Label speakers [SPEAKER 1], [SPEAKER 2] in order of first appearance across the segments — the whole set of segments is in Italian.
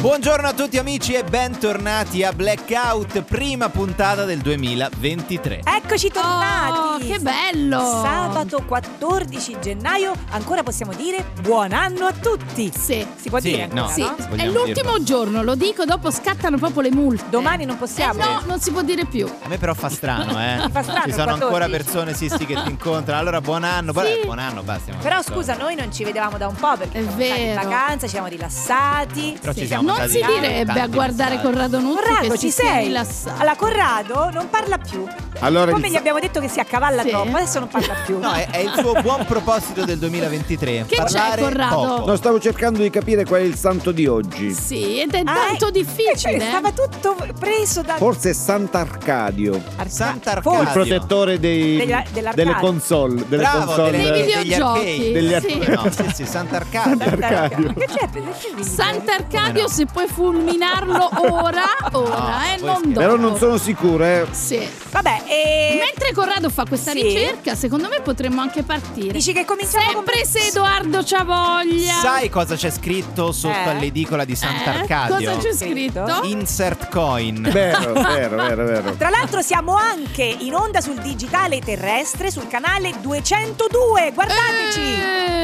[SPEAKER 1] Buongiorno a tutti amici e bentornati a Blackout, prima puntata del 2023.
[SPEAKER 2] Eccoci
[SPEAKER 3] Oh,
[SPEAKER 2] tornati!
[SPEAKER 3] che bello!
[SPEAKER 2] Sabato 14 gennaio, ancora possiamo dire buon anno a tutti!
[SPEAKER 3] Sì.
[SPEAKER 2] Si può
[SPEAKER 1] Sì,
[SPEAKER 2] dire ancora,
[SPEAKER 1] no.
[SPEAKER 3] Sì,
[SPEAKER 2] no?
[SPEAKER 3] è
[SPEAKER 1] Vogliamo
[SPEAKER 3] l'ultimo
[SPEAKER 1] dirlo.
[SPEAKER 3] giorno, lo dico, dopo scattano proprio le multe.
[SPEAKER 2] Domani non
[SPEAKER 3] Eh
[SPEAKER 2] possiamo.
[SPEAKER 3] no, non si può dire più.
[SPEAKER 1] A me però fa strano, eh.
[SPEAKER 2] Fa strano
[SPEAKER 1] Ci
[SPEAKER 2] il
[SPEAKER 1] sono
[SPEAKER 2] 14.
[SPEAKER 1] ancora persone sì, sì, che ti incontrano. Allora buon anno, buon,
[SPEAKER 3] Sì.
[SPEAKER 1] eh, buon anno, basta. stiamo
[SPEAKER 2] Però
[SPEAKER 1] adesso-
[SPEAKER 2] scusa, noi non ci vedevamo da un po' perché
[SPEAKER 3] È
[SPEAKER 2] siamo stati in
[SPEAKER 3] vero.
[SPEAKER 2] vacanza, ci siamo rilassati.
[SPEAKER 1] Però ci
[SPEAKER 3] Sì.
[SPEAKER 1] siamo
[SPEAKER 3] non
[SPEAKER 1] mandati
[SPEAKER 3] si
[SPEAKER 1] tanti
[SPEAKER 3] direbbe a
[SPEAKER 1] messaggi.
[SPEAKER 3] guardare Corrado Nuzzi
[SPEAKER 2] Corrado,
[SPEAKER 3] che
[SPEAKER 2] ci
[SPEAKER 3] si sia
[SPEAKER 2] sei?
[SPEAKER 3] rilassato.
[SPEAKER 2] Allora, Corrado non parla più.
[SPEAKER 4] Allora,
[SPEAKER 2] Come
[SPEAKER 4] il-
[SPEAKER 2] gli abbiamo detto che si accavalla
[SPEAKER 3] Sì.
[SPEAKER 2] troppo, adesso non parla più.
[SPEAKER 1] No, è, è il suo buon proposito del 2023.
[SPEAKER 3] Che c'è,
[SPEAKER 1] parlare
[SPEAKER 3] Corrado?
[SPEAKER 1] poco.
[SPEAKER 4] no, stavo cercando di capire qual è il santo di oggi.
[SPEAKER 3] Sì, ed è
[SPEAKER 2] Ah,
[SPEAKER 3] tanto
[SPEAKER 2] eh, eh, cioè,
[SPEAKER 3] difficile.
[SPEAKER 2] Stava tutto preso da
[SPEAKER 4] Forse è Sant'Arcadio, il
[SPEAKER 2] Arca-
[SPEAKER 1] Sant'Arcadio.
[SPEAKER 2] Forse.
[SPEAKER 4] protettore dei,
[SPEAKER 2] Degli- dell'arcade.
[SPEAKER 4] delle console. Delle
[SPEAKER 1] Bravo,
[SPEAKER 4] console.
[SPEAKER 1] delle-
[SPEAKER 3] Dei
[SPEAKER 1] degli arcade.
[SPEAKER 3] videogiochi.
[SPEAKER 4] Degli
[SPEAKER 3] sì.
[SPEAKER 4] arcade.
[SPEAKER 1] No, sì, sì, Sant'Arcadio.
[SPEAKER 4] Sant'Arcadio.
[SPEAKER 2] Che c'è? Perché ridi?
[SPEAKER 3] Sant'Arcadio,
[SPEAKER 1] no?
[SPEAKER 3] se puoi fulminarlo ora,
[SPEAKER 1] No,
[SPEAKER 3] ora, eh,
[SPEAKER 1] voi
[SPEAKER 3] non
[SPEAKER 1] scherzo.
[SPEAKER 3] dopo.
[SPEAKER 4] Però non sono sicuro, eh.
[SPEAKER 3] Sì.
[SPEAKER 2] Vabbè, eh, e...
[SPEAKER 3] Mentre Corrado fa questa
[SPEAKER 2] Sì. Diciamo
[SPEAKER 3] ricerca, secondo me potremmo anche partire.
[SPEAKER 2] dici che cominciamo
[SPEAKER 3] Sempre
[SPEAKER 2] con...
[SPEAKER 3] se Edoardo c'ha voglia.
[SPEAKER 1] Sai cosa c'è scritto sotto
[SPEAKER 2] Eh?
[SPEAKER 1] all'edicola di
[SPEAKER 3] Eh,
[SPEAKER 1] Sant'Arcadio?
[SPEAKER 3] cosa c'è scritto?
[SPEAKER 1] Insert coin.
[SPEAKER 4] Vero, vero, vero, vero.
[SPEAKER 2] Tra l'altro siamo anche in onda sul digitale terrestre sul canale 202. Guardateci!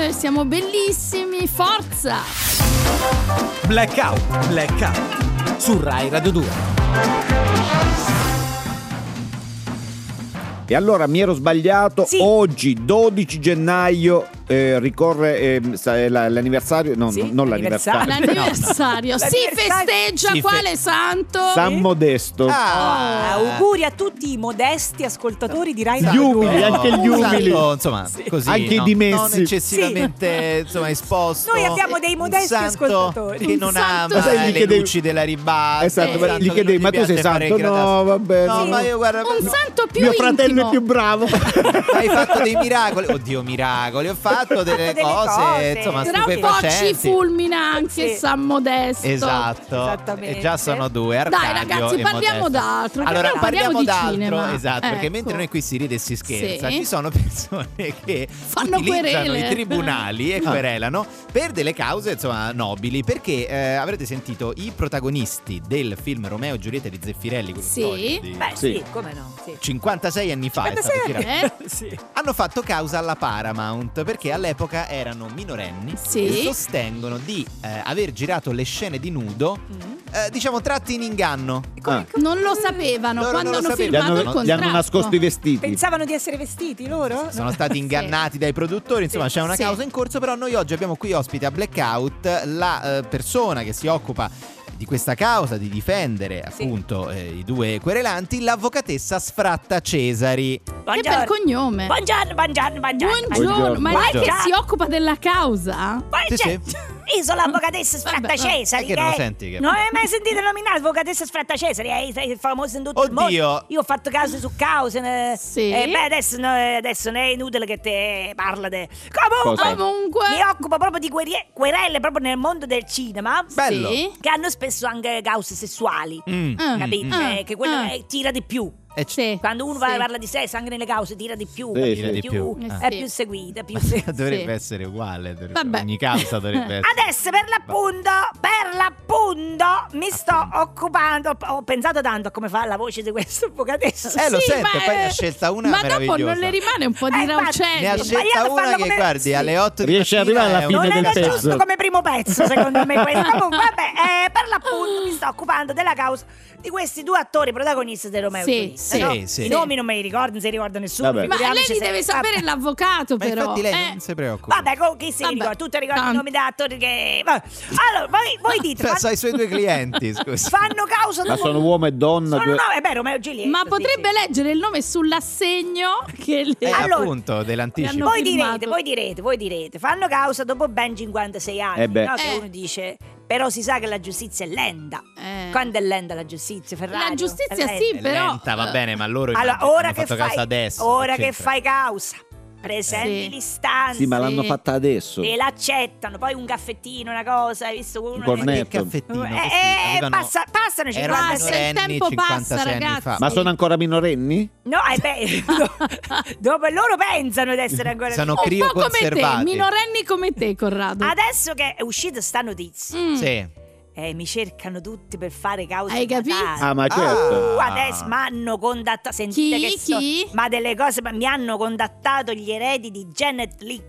[SPEAKER 3] Eh, siamo bellissimi, forza!
[SPEAKER 5] Blackout, Blackout su Rai Radio 2.
[SPEAKER 4] E allora mi ero sbagliato.
[SPEAKER 2] Sì.
[SPEAKER 4] Oggi, 12 gennaio, eh, ricorre ehm, sa- è la- l'anniversario. No,
[SPEAKER 2] Sì,
[SPEAKER 4] no, non
[SPEAKER 2] l'anniversario.
[SPEAKER 4] l'anniversario.
[SPEAKER 3] L'anniversario.
[SPEAKER 2] no.
[SPEAKER 3] Si
[SPEAKER 2] L'anniversario.
[SPEAKER 3] festeggia
[SPEAKER 1] Si fe-
[SPEAKER 3] quale santo?
[SPEAKER 4] San Modesto.
[SPEAKER 2] Ah, auguri a tutti i modesti ascoltatori di Rai
[SPEAKER 4] Gli
[SPEAKER 2] Radio.
[SPEAKER 4] umili,
[SPEAKER 2] Uno.
[SPEAKER 4] anche gli
[SPEAKER 1] Esatto,
[SPEAKER 4] umili.
[SPEAKER 1] insomma,
[SPEAKER 2] Sì.
[SPEAKER 1] così,
[SPEAKER 4] Anche i
[SPEAKER 1] no?
[SPEAKER 4] dimessi.
[SPEAKER 1] Non eccessivamente, insomma, esposto.
[SPEAKER 2] Noi abbiamo dei
[SPEAKER 1] Un
[SPEAKER 2] modesti
[SPEAKER 1] santo
[SPEAKER 2] ascoltatori.
[SPEAKER 1] Che
[SPEAKER 3] Un
[SPEAKER 1] non
[SPEAKER 3] santo-
[SPEAKER 1] ama
[SPEAKER 3] Ma sai, gli
[SPEAKER 1] eh, le
[SPEAKER 4] chiedevi-
[SPEAKER 1] luci della ribalta.
[SPEAKER 4] Esatto,
[SPEAKER 1] un
[SPEAKER 3] ma gli
[SPEAKER 1] santo che non
[SPEAKER 4] chiedevi,
[SPEAKER 1] gli
[SPEAKER 4] ma tu
[SPEAKER 1] piace
[SPEAKER 4] sei
[SPEAKER 1] fare
[SPEAKER 4] santo?
[SPEAKER 1] il gratta-
[SPEAKER 4] No, vabbè,
[SPEAKER 1] No,
[SPEAKER 4] sì.
[SPEAKER 1] ma io guarda...
[SPEAKER 3] Un
[SPEAKER 1] no,
[SPEAKER 3] santo più
[SPEAKER 4] Mio fratello
[SPEAKER 3] intimo.
[SPEAKER 4] è più bravo.
[SPEAKER 1] Hai fatto dei miracoli, oddio miracoli, ho fatto delle,
[SPEAKER 2] Ho fatto delle
[SPEAKER 1] cose,
[SPEAKER 2] cose.
[SPEAKER 1] insomma
[SPEAKER 3] Tra un po' ci
[SPEAKER 1] stupefacenti.
[SPEAKER 3] fulmina anche
[SPEAKER 2] Sì.
[SPEAKER 3] San Modesto.
[SPEAKER 1] Esatto,
[SPEAKER 2] Esattamente.
[SPEAKER 1] e già sono due. Arcadio
[SPEAKER 3] Dai ragazzi,
[SPEAKER 1] e
[SPEAKER 3] parliamo
[SPEAKER 1] Modesto.
[SPEAKER 3] d'altro. perché
[SPEAKER 1] Allora
[SPEAKER 3] non
[SPEAKER 1] parliamo
[SPEAKER 3] parliamo,
[SPEAKER 1] d'altro,
[SPEAKER 3] di cinema.
[SPEAKER 1] esatto, perché
[SPEAKER 3] Ecco.
[SPEAKER 1] mentre noi qui si ride e si scherza,
[SPEAKER 3] Sì.
[SPEAKER 1] ci sono persone che
[SPEAKER 3] Fanno
[SPEAKER 1] utilizzano
[SPEAKER 3] querele. Ah.
[SPEAKER 1] i tribunali e querelano per delle cause, insomma, nobili, perché eh, avrete sentito i protagonisti del film Romeo e Giulietta di Zeffirelli, quello
[SPEAKER 3] Sì.
[SPEAKER 1] storico di
[SPEAKER 2] Beh, sì,
[SPEAKER 4] Sì.
[SPEAKER 2] come no? Sì.
[SPEAKER 1] 56 anni fa, è stato
[SPEAKER 2] 56
[SPEAKER 1] tirato-
[SPEAKER 3] Eh?
[SPEAKER 2] Sì.
[SPEAKER 1] hanno fatto causa alla Paramount perché all'epoca erano minorenni
[SPEAKER 3] Sì.
[SPEAKER 1] e sostengono di eh, aver girato le scene di nudo,
[SPEAKER 2] Mm.
[SPEAKER 1] eh, diciamo tratti in inganno.
[SPEAKER 2] E come-
[SPEAKER 4] Ah.
[SPEAKER 2] come-
[SPEAKER 3] Non lo sapevano
[SPEAKER 1] Loro
[SPEAKER 3] quando
[SPEAKER 1] non lo sapevano.
[SPEAKER 3] hanno firmato
[SPEAKER 1] Gli
[SPEAKER 3] il
[SPEAKER 1] hanno-
[SPEAKER 3] contratto.
[SPEAKER 4] Gli hanno nascosto i vestiti.
[SPEAKER 2] Pensavano di essere vestiti loro?
[SPEAKER 1] sono stati ingannati dai produttori, insomma
[SPEAKER 2] Sì,
[SPEAKER 1] c'è una
[SPEAKER 3] sì.
[SPEAKER 1] causa in corso, però noi oggi abbiamo qui ospite a Blackout la eh, persona che si occupa di questa causa, di difendere
[SPEAKER 2] Sì.
[SPEAKER 1] appunto eh, i due querelanti, l'avvocatessa Sfratta Cesari.
[SPEAKER 3] Che bel
[SPEAKER 2] Buongiorno.
[SPEAKER 3] cognome.
[SPEAKER 2] Buongiorno, buongiorno, buongiorno.
[SPEAKER 3] Buongiorno, ma lei che
[SPEAKER 2] Buongiorno.
[SPEAKER 3] si occupa della causa?
[SPEAKER 2] Poi
[SPEAKER 1] Sì,
[SPEAKER 2] c'è-
[SPEAKER 1] sì.
[SPEAKER 2] Io sono l'avvocatessa
[SPEAKER 3] Vabbè,
[SPEAKER 2] Sfratta
[SPEAKER 3] vabbè.
[SPEAKER 2] Cesari. eh?
[SPEAKER 1] È che non lo senti che-
[SPEAKER 2] Non hai mai sentito nominare l'avvocatessa Sfratta Cesari? È il famoso in tutto il mondo.
[SPEAKER 4] Oh.
[SPEAKER 1] Oddio.
[SPEAKER 2] Io ho fatto cause su cause. ne-
[SPEAKER 3] Sì.
[SPEAKER 2] eh, beh, adesso, no, eh, adesso ne è inutile che te parla. De... Comunque,
[SPEAKER 4] Cosa?
[SPEAKER 3] Comunque,
[SPEAKER 2] mi occupo proprio di guerie- querelle proprio nel mondo del cinema.
[SPEAKER 1] Bello.
[SPEAKER 3] Sì.
[SPEAKER 2] Che hanno spesso anche cause sessuali.
[SPEAKER 1] Mm.
[SPEAKER 3] Mm.
[SPEAKER 2] Capite?
[SPEAKER 3] Mm.
[SPEAKER 4] Mm-hmm.
[SPEAKER 2] Eh, che quello
[SPEAKER 3] Mm.
[SPEAKER 2] eh, tira di più.
[SPEAKER 1] E c-
[SPEAKER 3] Sì.
[SPEAKER 2] Quando uno
[SPEAKER 3] Sì.
[SPEAKER 2] va- parla di sesso, anche nelle cause tira di più.
[SPEAKER 4] Sì,
[SPEAKER 2] capite?
[SPEAKER 4] tira
[SPEAKER 1] di più.
[SPEAKER 3] Eh,
[SPEAKER 2] È
[SPEAKER 3] sì.
[SPEAKER 2] più seguita, più seguita.
[SPEAKER 1] Dovrebbe
[SPEAKER 3] Sì.
[SPEAKER 1] essere uguale, dovrebbe-
[SPEAKER 3] Vabbè.
[SPEAKER 1] ogni causa dovrebbe essere.
[SPEAKER 2] Adesso per l'appunto, per l'appunto mi sto occupando, ho pensato tanto a come fa la voce di questo avvocatessa.
[SPEAKER 1] Eh, lo
[SPEAKER 3] Sì,
[SPEAKER 1] sento,
[SPEAKER 3] ma,
[SPEAKER 1] poi ne
[SPEAKER 3] eh,
[SPEAKER 1] ha scelta una
[SPEAKER 3] Ma dopo
[SPEAKER 1] meravigliosa.
[SPEAKER 3] non le rimane un po'
[SPEAKER 2] Eh,
[SPEAKER 3] di
[SPEAKER 2] infatti,
[SPEAKER 3] raucelli?
[SPEAKER 1] Ne ha
[SPEAKER 2] Ma io
[SPEAKER 1] scelta
[SPEAKER 2] devo farla
[SPEAKER 1] una che
[SPEAKER 2] come-
[SPEAKER 1] guardi
[SPEAKER 2] sì.
[SPEAKER 1] alle 8 di
[SPEAKER 4] Riesce ad
[SPEAKER 1] mattina
[SPEAKER 4] arrivare alla
[SPEAKER 1] è
[SPEAKER 4] fine
[SPEAKER 1] un-
[SPEAKER 2] Non
[SPEAKER 4] del
[SPEAKER 2] era
[SPEAKER 4] pezzo.
[SPEAKER 2] giusto come primo pezzo, secondo me questo. Comunque, vabbè, eh, per l'appunto mi sto occupando della causa di questi due attori protagonisti di Romeo e
[SPEAKER 3] Sì,
[SPEAKER 2] Giulietta,
[SPEAKER 3] sì.
[SPEAKER 2] no?
[SPEAKER 1] Sì, sì.
[SPEAKER 2] I nomi non me li ricordo, non si ricorda nessuno.
[SPEAKER 4] Vabbè.
[SPEAKER 3] Ma lei
[SPEAKER 2] figuriamoci
[SPEAKER 3] li
[SPEAKER 2] se-
[SPEAKER 3] deve sapere
[SPEAKER 2] vabbè.
[SPEAKER 3] l'avvocato,
[SPEAKER 1] Ma
[SPEAKER 3] però.
[SPEAKER 1] infatti lei
[SPEAKER 3] eh.
[SPEAKER 1] non si preoccupa.
[SPEAKER 2] Vabbè, con chi si
[SPEAKER 3] Vabbè.
[SPEAKER 2] ricorda? Tutti ricordano i
[SPEAKER 3] Tanto.
[SPEAKER 2] nomi da attori che... vabbè. Allora, voi, voi dite...
[SPEAKER 1] Cioè,
[SPEAKER 2] fan-
[SPEAKER 1] sai i suoi due clienti, scusa.
[SPEAKER 2] Fanno causa...
[SPEAKER 4] Ma
[SPEAKER 2] dopo-
[SPEAKER 4] Ah, sono uomo e donna.
[SPEAKER 2] Sono
[SPEAKER 4] due-
[SPEAKER 2] no, è vero, Romeo e Giulietta.
[SPEAKER 3] Ma
[SPEAKER 2] sì,
[SPEAKER 3] potrebbe
[SPEAKER 2] sì.
[SPEAKER 3] leggere il nome sull'assegno che le...
[SPEAKER 1] Eh,
[SPEAKER 2] Allora-
[SPEAKER 1] appunto, dell'anticipo.
[SPEAKER 3] hanno
[SPEAKER 2] Voi direte,
[SPEAKER 3] firmato.
[SPEAKER 2] voi direte, voi direte, fanno causa dopo ben 56 anni.
[SPEAKER 4] Eh beh.
[SPEAKER 2] no? Che
[SPEAKER 3] Eh.
[SPEAKER 2] uno dice, però si sa che la giustizia è lenta.
[SPEAKER 3] Eh.
[SPEAKER 2] Quando è lenta la giustizia, Ferrari?
[SPEAKER 3] La giustizia
[SPEAKER 2] È
[SPEAKER 3] sì,
[SPEAKER 2] lenta.
[SPEAKER 1] È
[SPEAKER 3] però...
[SPEAKER 1] lenta, va bene, ma loro
[SPEAKER 2] Allora,
[SPEAKER 1] immagino,
[SPEAKER 2] ora
[SPEAKER 1] hanno
[SPEAKER 2] che,
[SPEAKER 1] fatto
[SPEAKER 2] fai,
[SPEAKER 1] causa adesso.
[SPEAKER 2] ora
[SPEAKER 1] che
[SPEAKER 2] che
[SPEAKER 1] c'entra?
[SPEAKER 2] fai causa presenti
[SPEAKER 3] Sì.
[SPEAKER 2] l'istanza
[SPEAKER 4] Sì, ma
[SPEAKER 3] Sì.
[SPEAKER 4] l'hanno fatta adesso.
[SPEAKER 2] e l'accettano, poi un caffettino, una cosa, hai visto uno
[SPEAKER 4] Un
[SPEAKER 1] Ma
[SPEAKER 4] cornetto.
[SPEAKER 1] che caffettino
[SPEAKER 2] Eh,
[SPEAKER 1] che sì,
[SPEAKER 2] eh,
[SPEAKER 1] avevano-
[SPEAKER 2] passa- passano i
[SPEAKER 1] erano
[SPEAKER 2] 50
[SPEAKER 3] Passa, il
[SPEAKER 1] minorenni
[SPEAKER 3] tempo passa,
[SPEAKER 1] 56 anni
[SPEAKER 3] ragazzi.
[SPEAKER 1] fa.
[SPEAKER 4] Ma sono ancora minorenni?
[SPEAKER 2] No, eh beh, do- dopo loro pensano di essere ancora
[SPEAKER 1] Sono
[SPEAKER 2] vivi.
[SPEAKER 3] Un po' come te,
[SPEAKER 1] crioconservati.
[SPEAKER 3] minorenni come te, Corrado.
[SPEAKER 2] Adesso che è uscita sta notizia,
[SPEAKER 3] Mm.
[SPEAKER 1] Sì.
[SPEAKER 2] eh, mi cercano tutti per fare causa
[SPEAKER 3] Hai
[SPEAKER 2] di
[SPEAKER 3] capito?
[SPEAKER 2] Natale.
[SPEAKER 4] Ah, ma certo.
[SPEAKER 2] Uh, adesso mi hanno contattato. Sentite
[SPEAKER 3] Chi?
[SPEAKER 2] che sto-
[SPEAKER 3] Chi?
[SPEAKER 2] Ma delle cose, ma mi hanno contattato gli eredi di Janet Leak.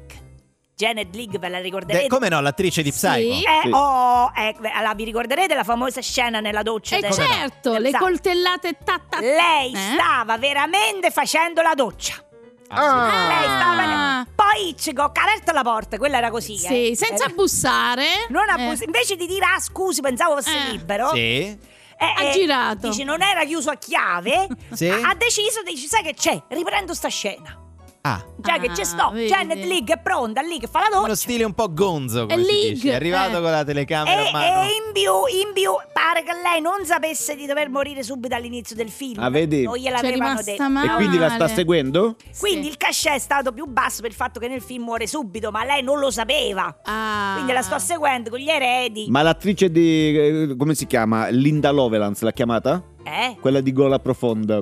[SPEAKER 2] Janet Leak ve la ricorderete?
[SPEAKER 1] De- come no, l'attrice di Psycho.
[SPEAKER 3] Sì.
[SPEAKER 2] Eh,
[SPEAKER 4] Sì.
[SPEAKER 2] oh, eh, allora, vi ricorderete la famosa scena nella doccia?
[SPEAKER 3] E
[SPEAKER 2] del-
[SPEAKER 3] certo,
[SPEAKER 2] del
[SPEAKER 3] le
[SPEAKER 2] Zap? Esatto.
[SPEAKER 3] coltellate ta, ta, ta.
[SPEAKER 2] Lei
[SPEAKER 3] Eh?
[SPEAKER 2] stava veramente facendo la doccia.
[SPEAKER 4] Ah.
[SPEAKER 2] Lei
[SPEAKER 3] Ah.
[SPEAKER 2] stava. Poi Hitchcock ha aperto la porta, quella era così.
[SPEAKER 3] Sì,
[SPEAKER 2] eh.
[SPEAKER 3] senza
[SPEAKER 2] Eh,
[SPEAKER 3] bussare.
[SPEAKER 2] non
[SPEAKER 3] Eh,
[SPEAKER 2] abbus- Invece di dire ah scusi, pensavo fosse
[SPEAKER 3] Eh.
[SPEAKER 2] libero.
[SPEAKER 1] Sì.
[SPEAKER 2] eh,
[SPEAKER 3] Ha
[SPEAKER 2] eh,
[SPEAKER 3] girato.
[SPEAKER 2] Dice non era chiuso a chiave.
[SPEAKER 1] Sì.
[SPEAKER 2] Ha ha deciso, dice sai che c'è, riprendo sta scena.
[SPEAKER 1] Ah,
[SPEAKER 2] Già
[SPEAKER 3] Ah,
[SPEAKER 2] che c'è sto,
[SPEAKER 3] vedi.
[SPEAKER 2] Janet League è pronta, lì che fa la
[SPEAKER 1] uno
[SPEAKER 2] doccia.
[SPEAKER 1] stile un po' gonzo, come
[SPEAKER 3] È
[SPEAKER 1] si
[SPEAKER 3] League,
[SPEAKER 1] dice. È arrivato
[SPEAKER 3] eh.
[SPEAKER 1] con la telecamera
[SPEAKER 2] E,
[SPEAKER 1] a mano.
[SPEAKER 2] e in più, in più, pare che lei non sapesse di dover morire subito all'inizio del film.
[SPEAKER 4] Ah, vedi?
[SPEAKER 2] Non
[SPEAKER 3] C'è
[SPEAKER 2] gliel'avevano
[SPEAKER 3] rimasta
[SPEAKER 2] detto.
[SPEAKER 3] male.
[SPEAKER 4] E quindi la sta seguendo?
[SPEAKER 3] Sì.
[SPEAKER 2] Quindi il cachet è stato più basso per il fatto che nel film muore subito, ma lei non lo sapeva.
[SPEAKER 3] Ah.
[SPEAKER 2] Quindi la sto seguendo con gli eredi.
[SPEAKER 4] Ma l'attrice di... eh, come si chiama? Linda Lovelace l'ha chiamata?
[SPEAKER 2] Eh?
[SPEAKER 4] Quella di gola profonda.
[SPEAKER 3] No,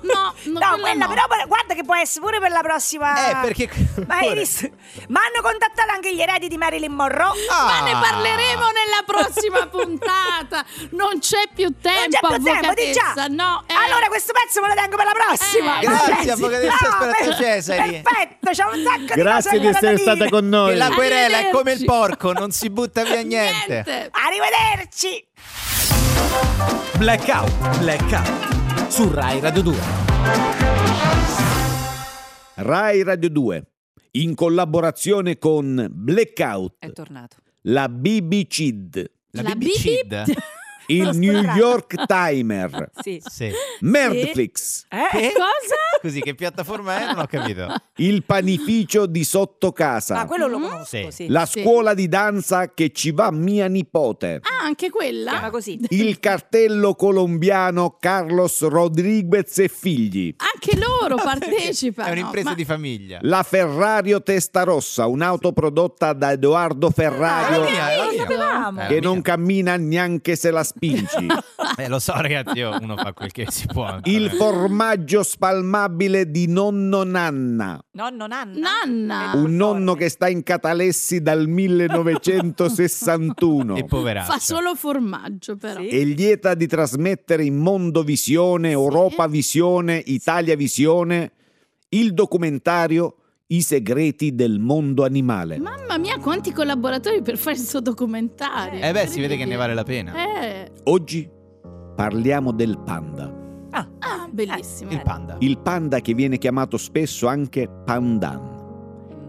[SPEAKER 3] no, no,
[SPEAKER 2] No, quella
[SPEAKER 3] no.
[SPEAKER 2] però guarda che può essere pure per la prossima.
[SPEAKER 1] Eh, perché...
[SPEAKER 2] Ma hai visto? Ma hanno contattato anche gli eredi di Marilyn Monroe.
[SPEAKER 3] Ma
[SPEAKER 1] Ah.
[SPEAKER 3] ne parleremo nella prossima puntata. Non c'è più
[SPEAKER 2] Non c'è
[SPEAKER 3] tempo,
[SPEAKER 2] più tempo, di già.
[SPEAKER 1] ah,
[SPEAKER 3] avvocatessa. No, eh.
[SPEAKER 2] Allora questo pezzo me lo tengo per la prossima.
[SPEAKER 3] Eh.
[SPEAKER 1] Grazie,
[SPEAKER 2] Pensi?
[SPEAKER 1] avvocatessa
[SPEAKER 2] No,
[SPEAKER 1] Esperanza
[SPEAKER 2] per-
[SPEAKER 1] Cesari.
[SPEAKER 2] Perfetto, c'è un sacco di
[SPEAKER 4] Grazie
[SPEAKER 2] cose
[SPEAKER 4] di essere
[SPEAKER 2] da dire.
[SPEAKER 4] stata con noi.
[SPEAKER 1] Che
[SPEAKER 3] Ah,
[SPEAKER 1] la querela è come il
[SPEAKER 3] Arrivederci.
[SPEAKER 1] porco, non si butta via niente.
[SPEAKER 3] niente.
[SPEAKER 2] Arrivederci.
[SPEAKER 6] Blackout, blackout su Rai Radio 2.
[SPEAKER 4] Rai Radio 2, in collaborazione con Blackout,
[SPEAKER 2] Eh.
[SPEAKER 7] È tornato.
[SPEAKER 4] la BBCID,
[SPEAKER 1] La,
[SPEAKER 3] La
[SPEAKER 1] BB-Cid.
[SPEAKER 3] BB-Cid.
[SPEAKER 4] il
[SPEAKER 2] Sono
[SPEAKER 4] New
[SPEAKER 2] strana.
[SPEAKER 4] York Timer,
[SPEAKER 7] Sì.
[SPEAKER 1] Sì.
[SPEAKER 4] Netflix,
[SPEAKER 2] Eh?
[SPEAKER 3] Cosa?
[SPEAKER 1] Così che piattaforma è? Non ho capito.
[SPEAKER 4] il panificio di
[SPEAKER 2] Ma
[SPEAKER 4] sottocasa,
[SPEAKER 2] quello lo
[SPEAKER 7] Mm-hmm.
[SPEAKER 3] Mm?
[SPEAKER 2] conosco,
[SPEAKER 1] Sì.
[SPEAKER 2] Ah, sì.
[SPEAKER 4] la
[SPEAKER 3] Sì.
[SPEAKER 4] scuola di danza che ci va mia nipote.
[SPEAKER 3] Ah, anche
[SPEAKER 2] Si
[SPEAKER 3] quella?
[SPEAKER 2] chiama così.
[SPEAKER 4] Il cartello colombiano Carlos Rodriguez e figli.
[SPEAKER 3] Anche loro partecipano.
[SPEAKER 1] È un'impresa
[SPEAKER 3] ma-
[SPEAKER 1] di famiglia.
[SPEAKER 4] La Ferrario Testarossa, un'auto prodotta da Edoardo
[SPEAKER 1] Ah,
[SPEAKER 4] Ferrario
[SPEAKER 1] è mia, è
[SPEAKER 2] lo
[SPEAKER 1] mia.
[SPEAKER 2] sapevamo.
[SPEAKER 1] Eh,
[SPEAKER 4] che
[SPEAKER 1] mia.
[SPEAKER 4] non cammina neanche se la spingi.
[SPEAKER 1] Eh, lo so, ragazzi, io uno fa quel che si può.
[SPEAKER 4] Il formaggio spalmabile di nonno Nanna,
[SPEAKER 7] Nonno Nanna.
[SPEAKER 3] Nanna.
[SPEAKER 7] Eh,
[SPEAKER 1] Ah,
[SPEAKER 4] un nonno
[SPEAKER 7] forte.
[SPEAKER 4] che sta in catalessi dal 1961
[SPEAKER 1] E poveraccio.
[SPEAKER 3] Fa solo formaggio, però.
[SPEAKER 7] Sì.
[SPEAKER 4] e lieta di trasmettere in Mondo Visione, Europa Visione, Italia Visione il documentario I segreti del mondo animale.
[SPEAKER 3] Mamma mia, quanti collaboratori per fare questo documentario.
[SPEAKER 1] Eh beh, si vede che ne vale la pena.
[SPEAKER 3] Eh,
[SPEAKER 4] Oggi parliamo del panda,
[SPEAKER 3] ah, bellissimo.
[SPEAKER 1] Il panda.
[SPEAKER 4] il panda che viene chiamato spesso anche pandan.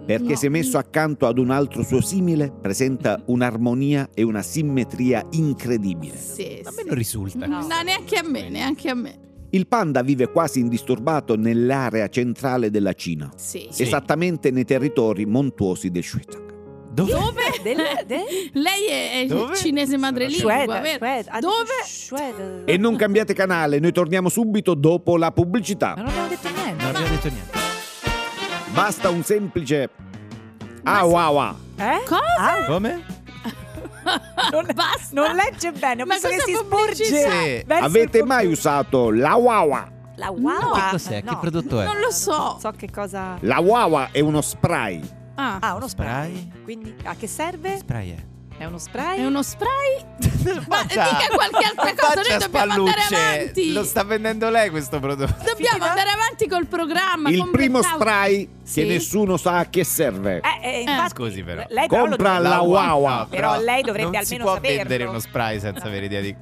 [SPEAKER 4] Perché
[SPEAKER 3] No.
[SPEAKER 4] se messo accanto ad un altro suo simile presenta un'armonia e una simmetria incredibile.
[SPEAKER 3] Sì,
[SPEAKER 1] A me
[SPEAKER 3] sì.
[SPEAKER 1] non risulta.
[SPEAKER 3] No,
[SPEAKER 1] questo.
[SPEAKER 3] neanche a me, neanche a me.
[SPEAKER 4] Il panda vive quasi indisturbato nell'area centrale della Cina,
[SPEAKER 3] Sì.
[SPEAKER 1] Sì.
[SPEAKER 4] esattamente nei territori montuosi del Shuitak.
[SPEAKER 1] Dove?
[SPEAKER 3] Dove?
[SPEAKER 7] Del- del-
[SPEAKER 3] Lei è, è
[SPEAKER 1] Dove?
[SPEAKER 3] cinese madrelingua,
[SPEAKER 7] Shweda,
[SPEAKER 3] vero?
[SPEAKER 7] Shweda.
[SPEAKER 2] Ah,
[SPEAKER 7] Ha detto
[SPEAKER 3] Dove?
[SPEAKER 7] Shweda.
[SPEAKER 4] E non cambiate canale, noi torniamo subito dopo la
[SPEAKER 7] Ma
[SPEAKER 4] pubblicità.
[SPEAKER 7] non abbiamo detto niente.
[SPEAKER 1] Non abbiamo detto niente.
[SPEAKER 4] Basta un semplice... Ah, wow, ah.
[SPEAKER 7] Eh?
[SPEAKER 3] Cosa?
[SPEAKER 7] Ah,
[SPEAKER 1] Come?
[SPEAKER 7] non,
[SPEAKER 3] Basta.
[SPEAKER 7] non legge bene, ho
[SPEAKER 3] Ma
[SPEAKER 7] visto che
[SPEAKER 3] questa
[SPEAKER 7] si sporge.
[SPEAKER 1] pubblicità.
[SPEAKER 7] verso
[SPEAKER 4] Avete
[SPEAKER 7] il
[SPEAKER 4] mai
[SPEAKER 7] computer.
[SPEAKER 4] usato la wawa?
[SPEAKER 7] La
[SPEAKER 3] ah, No.
[SPEAKER 7] Wawa?
[SPEAKER 3] Che
[SPEAKER 1] Cos'è?
[SPEAKER 7] No,
[SPEAKER 1] Che prodotto è?
[SPEAKER 3] Non lo so.
[SPEAKER 7] So che cosa...
[SPEAKER 4] La wawa è uno spray.
[SPEAKER 3] Ah,
[SPEAKER 7] Ah, uno spray.
[SPEAKER 1] Spray?
[SPEAKER 7] Quindi a che serve?
[SPEAKER 1] Spray è.
[SPEAKER 7] È uno spray?
[SPEAKER 3] è uno spray? Ma eh,
[SPEAKER 1] Faccia-
[SPEAKER 3] dica qualche altra cosa, noi
[SPEAKER 1] faccia
[SPEAKER 3] dobbiamo andare
[SPEAKER 1] spallucce.
[SPEAKER 3] avanti.
[SPEAKER 1] Lo sta vendendo lei questo prodotto.
[SPEAKER 3] Dobbiamo
[SPEAKER 7] Finita?
[SPEAKER 3] andare avanti col programma.
[SPEAKER 4] Il
[SPEAKER 3] con
[SPEAKER 4] primo
[SPEAKER 3] Blackout.
[SPEAKER 4] spray
[SPEAKER 3] Sì.
[SPEAKER 4] che nessuno sa a che serve.
[SPEAKER 7] Eh, eh, infatti,
[SPEAKER 1] Scusi, però.
[SPEAKER 7] Lei però lo
[SPEAKER 4] Compra
[SPEAKER 7] deve-
[SPEAKER 4] la Wawa.
[SPEAKER 1] No,
[SPEAKER 7] Però lei dovrebbe
[SPEAKER 1] non si
[SPEAKER 7] almeno
[SPEAKER 1] può
[SPEAKER 7] saperlo.
[SPEAKER 1] vendere uno spray senza avere idea di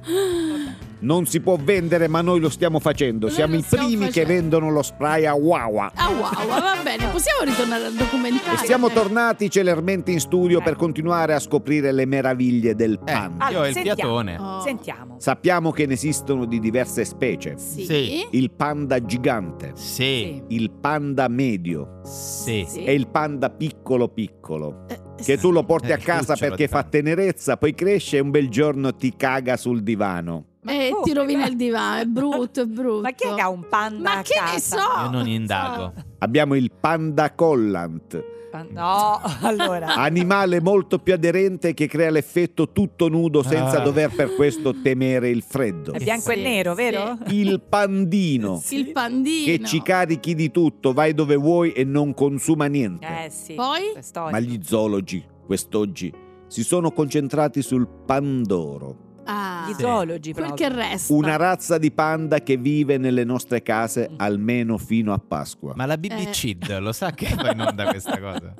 [SPEAKER 4] Non si può vendere, ma noi lo stiamo facendo.
[SPEAKER 3] Noi
[SPEAKER 4] Siamo
[SPEAKER 3] lo
[SPEAKER 4] i
[SPEAKER 3] stiamo
[SPEAKER 4] primi che
[SPEAKER 3] facendo.
[SPEAKER 4] vendono lo spray a wawa.
[SPEAKER 3] Ah, wow, va bene. Possiamo ritornare al documentario?
[SPEAKER 4] E siamo
[SPEAKER 3] Eh.
[SPEAKER 4] tornati celermente in studio per continuare a scoprire le meraviglie del
[SPEAKER 1] Eh,
[SPEAKER 4] panda.
[SPEAKER 1] io ho il
[SPEAKER 7] sentiamo.
[SPEAKER 1] piatone.
[SPEAKER 3] Oh.
[SPEAKER 7] Sentiamo.
[SPEAKER 4] Sappiamo che ne esistono di diverse specie.
[SPEAKER 3] Sì.
[SPEAKER 1] Sì.
[SPEAKER 4] Il panda gigante,
[SPEAKER 1] Sì,
[SPEAKER 4] il panda medio
[SPEAKER 1] sì.
[SPEAKER 3] Sì.
[SPEAKER 4] e il panda piccolo piccolo.
[SPEAKER 3] Eh,
[SPEAKER 4] Che tu lo porti
[SPEAKER 1] Eh,
[SPEAKER 4] a
[SPEAKER 1] il
[SPEAKER 4] casa
[SPEAKER 1] cucciolo
[SPEAKER 4] perché
[SPEAKER 1] di
[SPEAKER 4] fa
[SPEAKER 1] panda.
[SPEAKER 4] tenerezza, poi cresce e un bel giorno ti caga sul divano.
[SPEAKER 8] come?
[SPEAKER 3] e eh, ti rovina il divano, è brutto, è brutto.
[SPEAKER 8] Ma chi è che ha un panda
[SPEAKER 3] Ma
[SPEAKER 8] a
[SPEAKER 3] che ne
[SPEAKER 8] casa?
[SPEAKER 3] so?
[SPEAKER 1] Io non indago.
[SPEAKER 4] Abbiamo il panda collant,
[SPEAKER 8] Pan- No,
[SPEAKER 1] Ah.
[SPEAKER 8] allora.
[SPEAKER 4] animale molto più aderente che crea l'effetto tutto nudo
[SPEAKER 1] Ah.
[SPEAKER 4] senza dover per questo temere il freddo.
[SPEAKER 8] È bianco e
[SPEAKER 3] Sì,
[SPEAKER 8] nero,
[SPEAKER 3] sì.
[SPEAKER 8] vero?
[SPEAKER 4] Il pandino,
[SPEAKER 3] Sì, Il pandino.
[SPEAKER 4] che ci carichi di tutto, vai dove vuoi e non consuma niente.
[SPEAKER 8] Eh sì.
[SPEAKER 3] Poi?
[SPEAKER 2] È storico.
[SPEAKER 4] Ma gli zoologi, quest'oggi, si sono concentrati sul pandoro,
[SPEAKER 3] Ah,
[SPEAKER 2] Gli
[SPEAKER 1] Sì.
[SPEAKER 2] zoologi
[SPEAKER 3] quel
[SPEAKER 2] proprio.
[SPEAKER 3] che resta.
[SPEAKER 4] una razza di panda che vive nelle nostre case almeno fino a Pasqua.
[SPEAKER 1] Ma la BBC lo sa che va in onda questa cosa?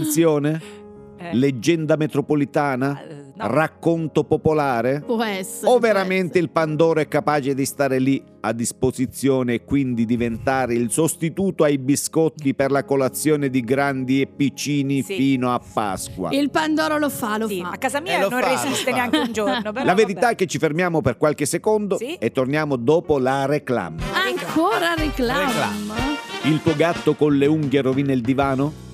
[SPEAKER 4] Invenzione?
[SPEAKER 2] Eh.
[SPEAKER 4] Leggenda metropolitana?
[SPEAKER 2] Eh, no.
[SPEAKER 4] Racconto popolare?
[SPEAKER 3] Può essere.
[SPEAKER 4] O
[SPEAKER 3] può
[SPEAKER 4] veramente il Pandoro è capace di stare lì a disposizione e quindi diventare il sostituto ai biscotti per la colazione di grandi e piccini
[SPEAKER 8] Sì.
[SPEAKER 4] fino a Pasqua?
[SPEAKER 3] essere. Il Pandoro lo fa, lo
[SPEAKER 8] Sì,
[SPEAKER 3] fa.
[SPEAKER 8] a casa mia
[SPEAKER 1] Eh, lo
[SPEAKER 8] non
[SPEAKER 1] fa, lo
[SPEAKER 8] resiste
[SPEAKER 1] fa.
[SPEAKER 8] neanche un giorno. però
[SPEAKER 4] La verità
[SPEAKER 8] vabbè.
[SPEAKER 4] è che ci fermiamo per qualche secondo
[SPEAKER 8] Sì.
[SPEAKER 4] e torniamo dopo la reclama.
[SPEAKER 3] Ancora reclama.
[SPEAKER 1] Reclama.
[SPEAKER 4] Il tuo gatto con le unghie rovina il divano?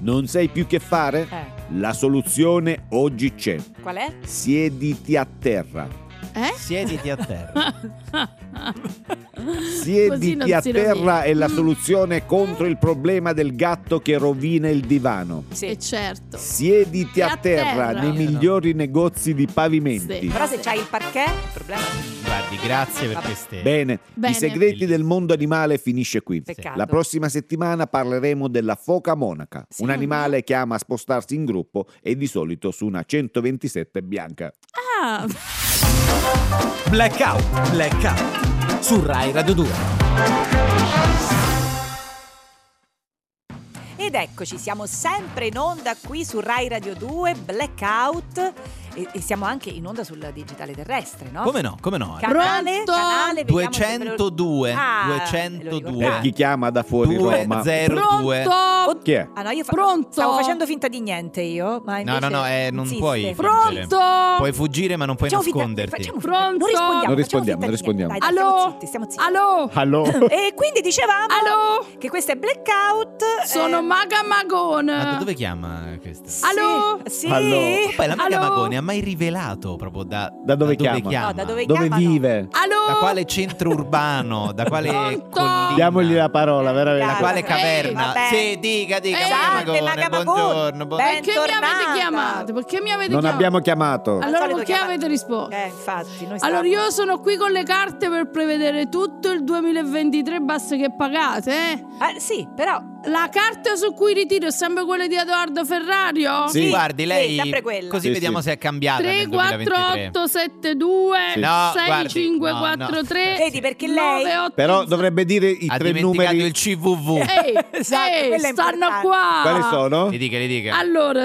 [SPEAKER 4] Non sai più che fare?
[SPEAKER 2] Eh,
[SPEAKER 4] La soluzione oggi c'è.
[SPEAKER 2] Qual è?
[SPEAKER 4] Siediti a terra.
[SPEAKER 3] Eh?
[SPEAKER 1] Siediti a terra.
[SPEAKER 3] Così non
[SPEAKER 4] Siediti a
[SPEAKER 3] si
[SPEAKER 4] terra
[SPEAKER 3] rovina.
[SPEAKER 4] è la
[SPEAKER 3] Mm.
[SPEAKER 4] soluzione contro il problema del gatto che rovina il divano.
[SPEAKER 2] Sì.
[SPEAKER 3] E certo.
[SPEAKER 4] Siediti
[SPEAKER 3] E
[SPEAKER 4] a
[SPEAKER 3] a
[SPEAKER 4] terra
[SPEAKER 3] terra.
[SPEAKER 4] nei migliori negozi di pavimenti.
[SPEAKER 3] Sì.
[SPEAKER 8] Però se c'hai il parquet, il problema
[SPEAKER 1] Guardi, grazie per queste.
[SPEAKER 4] Bene,
[SPEAKER 3] Bene.
[SPEAKER 4] i segreti del mondo animale finisce qui.
[SPEAKER 2] Peccato.
[SPEAKER 4] La prossima settimana parleremo della foca monaca,
[SPEAKER 2] Sì.
[SPEAKER 4] un animale che ama spostarsi in gruppo e di solito su una 127 bianca.
[SPEAKER 3] Ah,
[SPEAKER 5] Blackout, blackout su Rai Radio 2.
[SPEAKER 2] Ed eccoci, siamo sempre in onda qui su Rai Radio 2, Blackout e, e siamo anche in onda sul digitale terrestre, no?
[SPEAKER 1] Come no, come no? eh?
[SPEAKER 2] Canale,
[SPEAKER 3] Pronto?
[SPEAKER 2] canale, vediamo se ve lo-
[SPEAKER 1] 202,
[SPEAKER 2] Ah, ve lo
[SPEAKER 1] 202.
[SPEAKER 2] ricordate.
[SPEAKER 4] Per chi chiama da fuori Roma.
[SPEAKER 1] 202.
[SPEAKER 3] pronto?
[SPEAKER 4] Chi è?
[SPEAKER 2] Ah no, io fa-
[SPEAKER 3] Pronto?
[SPEAKER 2] stavo facendo finta di niente io, ma
[SPEAKER 1] No,
[SPEAKER 2] invece
[SPEAKER 1] no, no, eh, non
[SPEAKER 2] insiste.
[SPEAKER 1] puoi. fuggere.
[SPEAKER 3] Pronto?
[SPEAKER 1] Puoi fuggire, ma non puoi
[SPEAKER 2] Facciamo finta-
[SPEAKER 1] nasconderti.
[SPEAKER 2] facciamo finta- Non
[SPEAKER 3] Pronto?
[SPEAKER 2] rispondiamo, facciamo
[SPEAKER 4] Non
[SPEAKER 2] finta
[SPEAKER 4] rispondiamo, non
[SPEAKER 2] di niente.
[SPEAKER 4] rispondiamo.
[SPEAKER 2] Dai, dai,
[SPEAKER 3] Allo?
[SPEAKER 2] Stiamo zitti, stiamo zitti.
[SPEAKER 3] Allo?
[SPEAKER 4] Allora,
[SPEAKER 2] E quindi dicevamo
[SPEAKER 3] Allo?
[SPEAKER 2] che questo è Blackout.
[SPEAKER 3] Sono
[SPEAKER 2] eh,
[SPEAKER 3] Maga
[SPEAKER 1] Ma da
[SPEAKER 3] Magone.
[SPEAKER 1] dove chiama questa?
[SPEAKER 2] sì,
[SPEAKER 3] Allo?
[SPEAKER 2] Sì.
[SPEAKER 4] Allo?
[SPEAKER 1] Ma Poi la Maga
[SPEAKER 3] Allo?
[SPEAKER 1] Magone ha mai rivelato proprio da,
[SPEAKER 4] Da dove chiama?
[SPEAKER 2] No, da dove,
[SPEAKER 4] dove
[SPEAKER 2] chiamano?
[SPEAKER 4] vive?
[SPEAKER 3] Allo?
[SPEAKER 1] Da quale centro urbano? Da quale
[SPEAKER 3] Pronto?
[SPEAKER 1] collina?
[SPEAKER 4] Diamogli la parola, veramente.
[SPEAKER 1] Da quale
[SPEAKER 2] Ehi,
[SPEAKER 1] caverna?
[SPEAKER 2] vabbè.
[SPEAKER 1] sì, dica, dica,
[SPEAKER 3] Eh,
[SPEAKER 1] Maga
[SPEAKER 2] salve,
[SPEAKER 1] Magone,
[SPEAKER 2] Maga Magone.
[SPEAKER 1] buongiorno. buon-
[SPEAKER 2] Beh,
[SPEAKER 3] Perché Eh, mi avete
[SPEAKER 2] Bentornata.
[SPEAKER 3] chiamato? Perché mi avete
[SPEAKER 4] Non
[SPEAKER 3] chiamato?
[SPEAKER 4] abbiamo chiamato.
[SPEAKER 3] Allora,
[SPEAKER 2] Al solito
[SPEAKER 3] perché
[SPEAKER 2] chiamano.
[SPEAKER 3] avete risposto?
[SPEAKER 2] Eh, infatti, noi
[SPEAKER 3] Allora
[SPEAKER 2] stavamo-
[SPEAKER 3] io sono qui con le carte per prevedere tutto il 2023, basta che pagate, eh?
[SPEAKER 2] Eh, sì, però
[SPEAKER 3] La carta su cui ritiro è sempre quella di Edoardo Ferrario?
[SPEAKER 4] Sì.
[SPEAKER 1] Guardi, lei
[SPEAKER 2] sempre quella.
[SPEAKER 1] così
[SPEAKER 4] Sì,
[SPEAKER 1] vediamo
[SPEAKER 4] sì.
[SPEAKER 1] se è cambiata nel 2023.
[SPEAKER 3] 34872
[SPEAKER 4] Sì.
[SPEAKER 1] No, guardi, no,
[SPEAKER 3] 6543
[SPEAKER 1] no.
[SPEAKER 2] Vedi, perché lei-
[SPEAKER 4] Però dovrebbe dire i
[SPEAKER 1] ha
[SPEAKER 4] tre
[SPEAKER 1] dimenticato
[SPEAKER 4] numeri.
[SPEAKER 1] il CVV.
[SPEAKER 3] Ehi,
[SPEAKER 2] Esatto,
[SPEAKER 3] ehi,
[SPEAKER 2] quella è
[SPEAKER 3] stanno
[SPEAKER 2] importante.
[SPEAKER 3] qua.
[SPEAKER 4] Quali sono?
[SPEAKER 1] Le dica, le dica.
[SPEAKER 3] Allora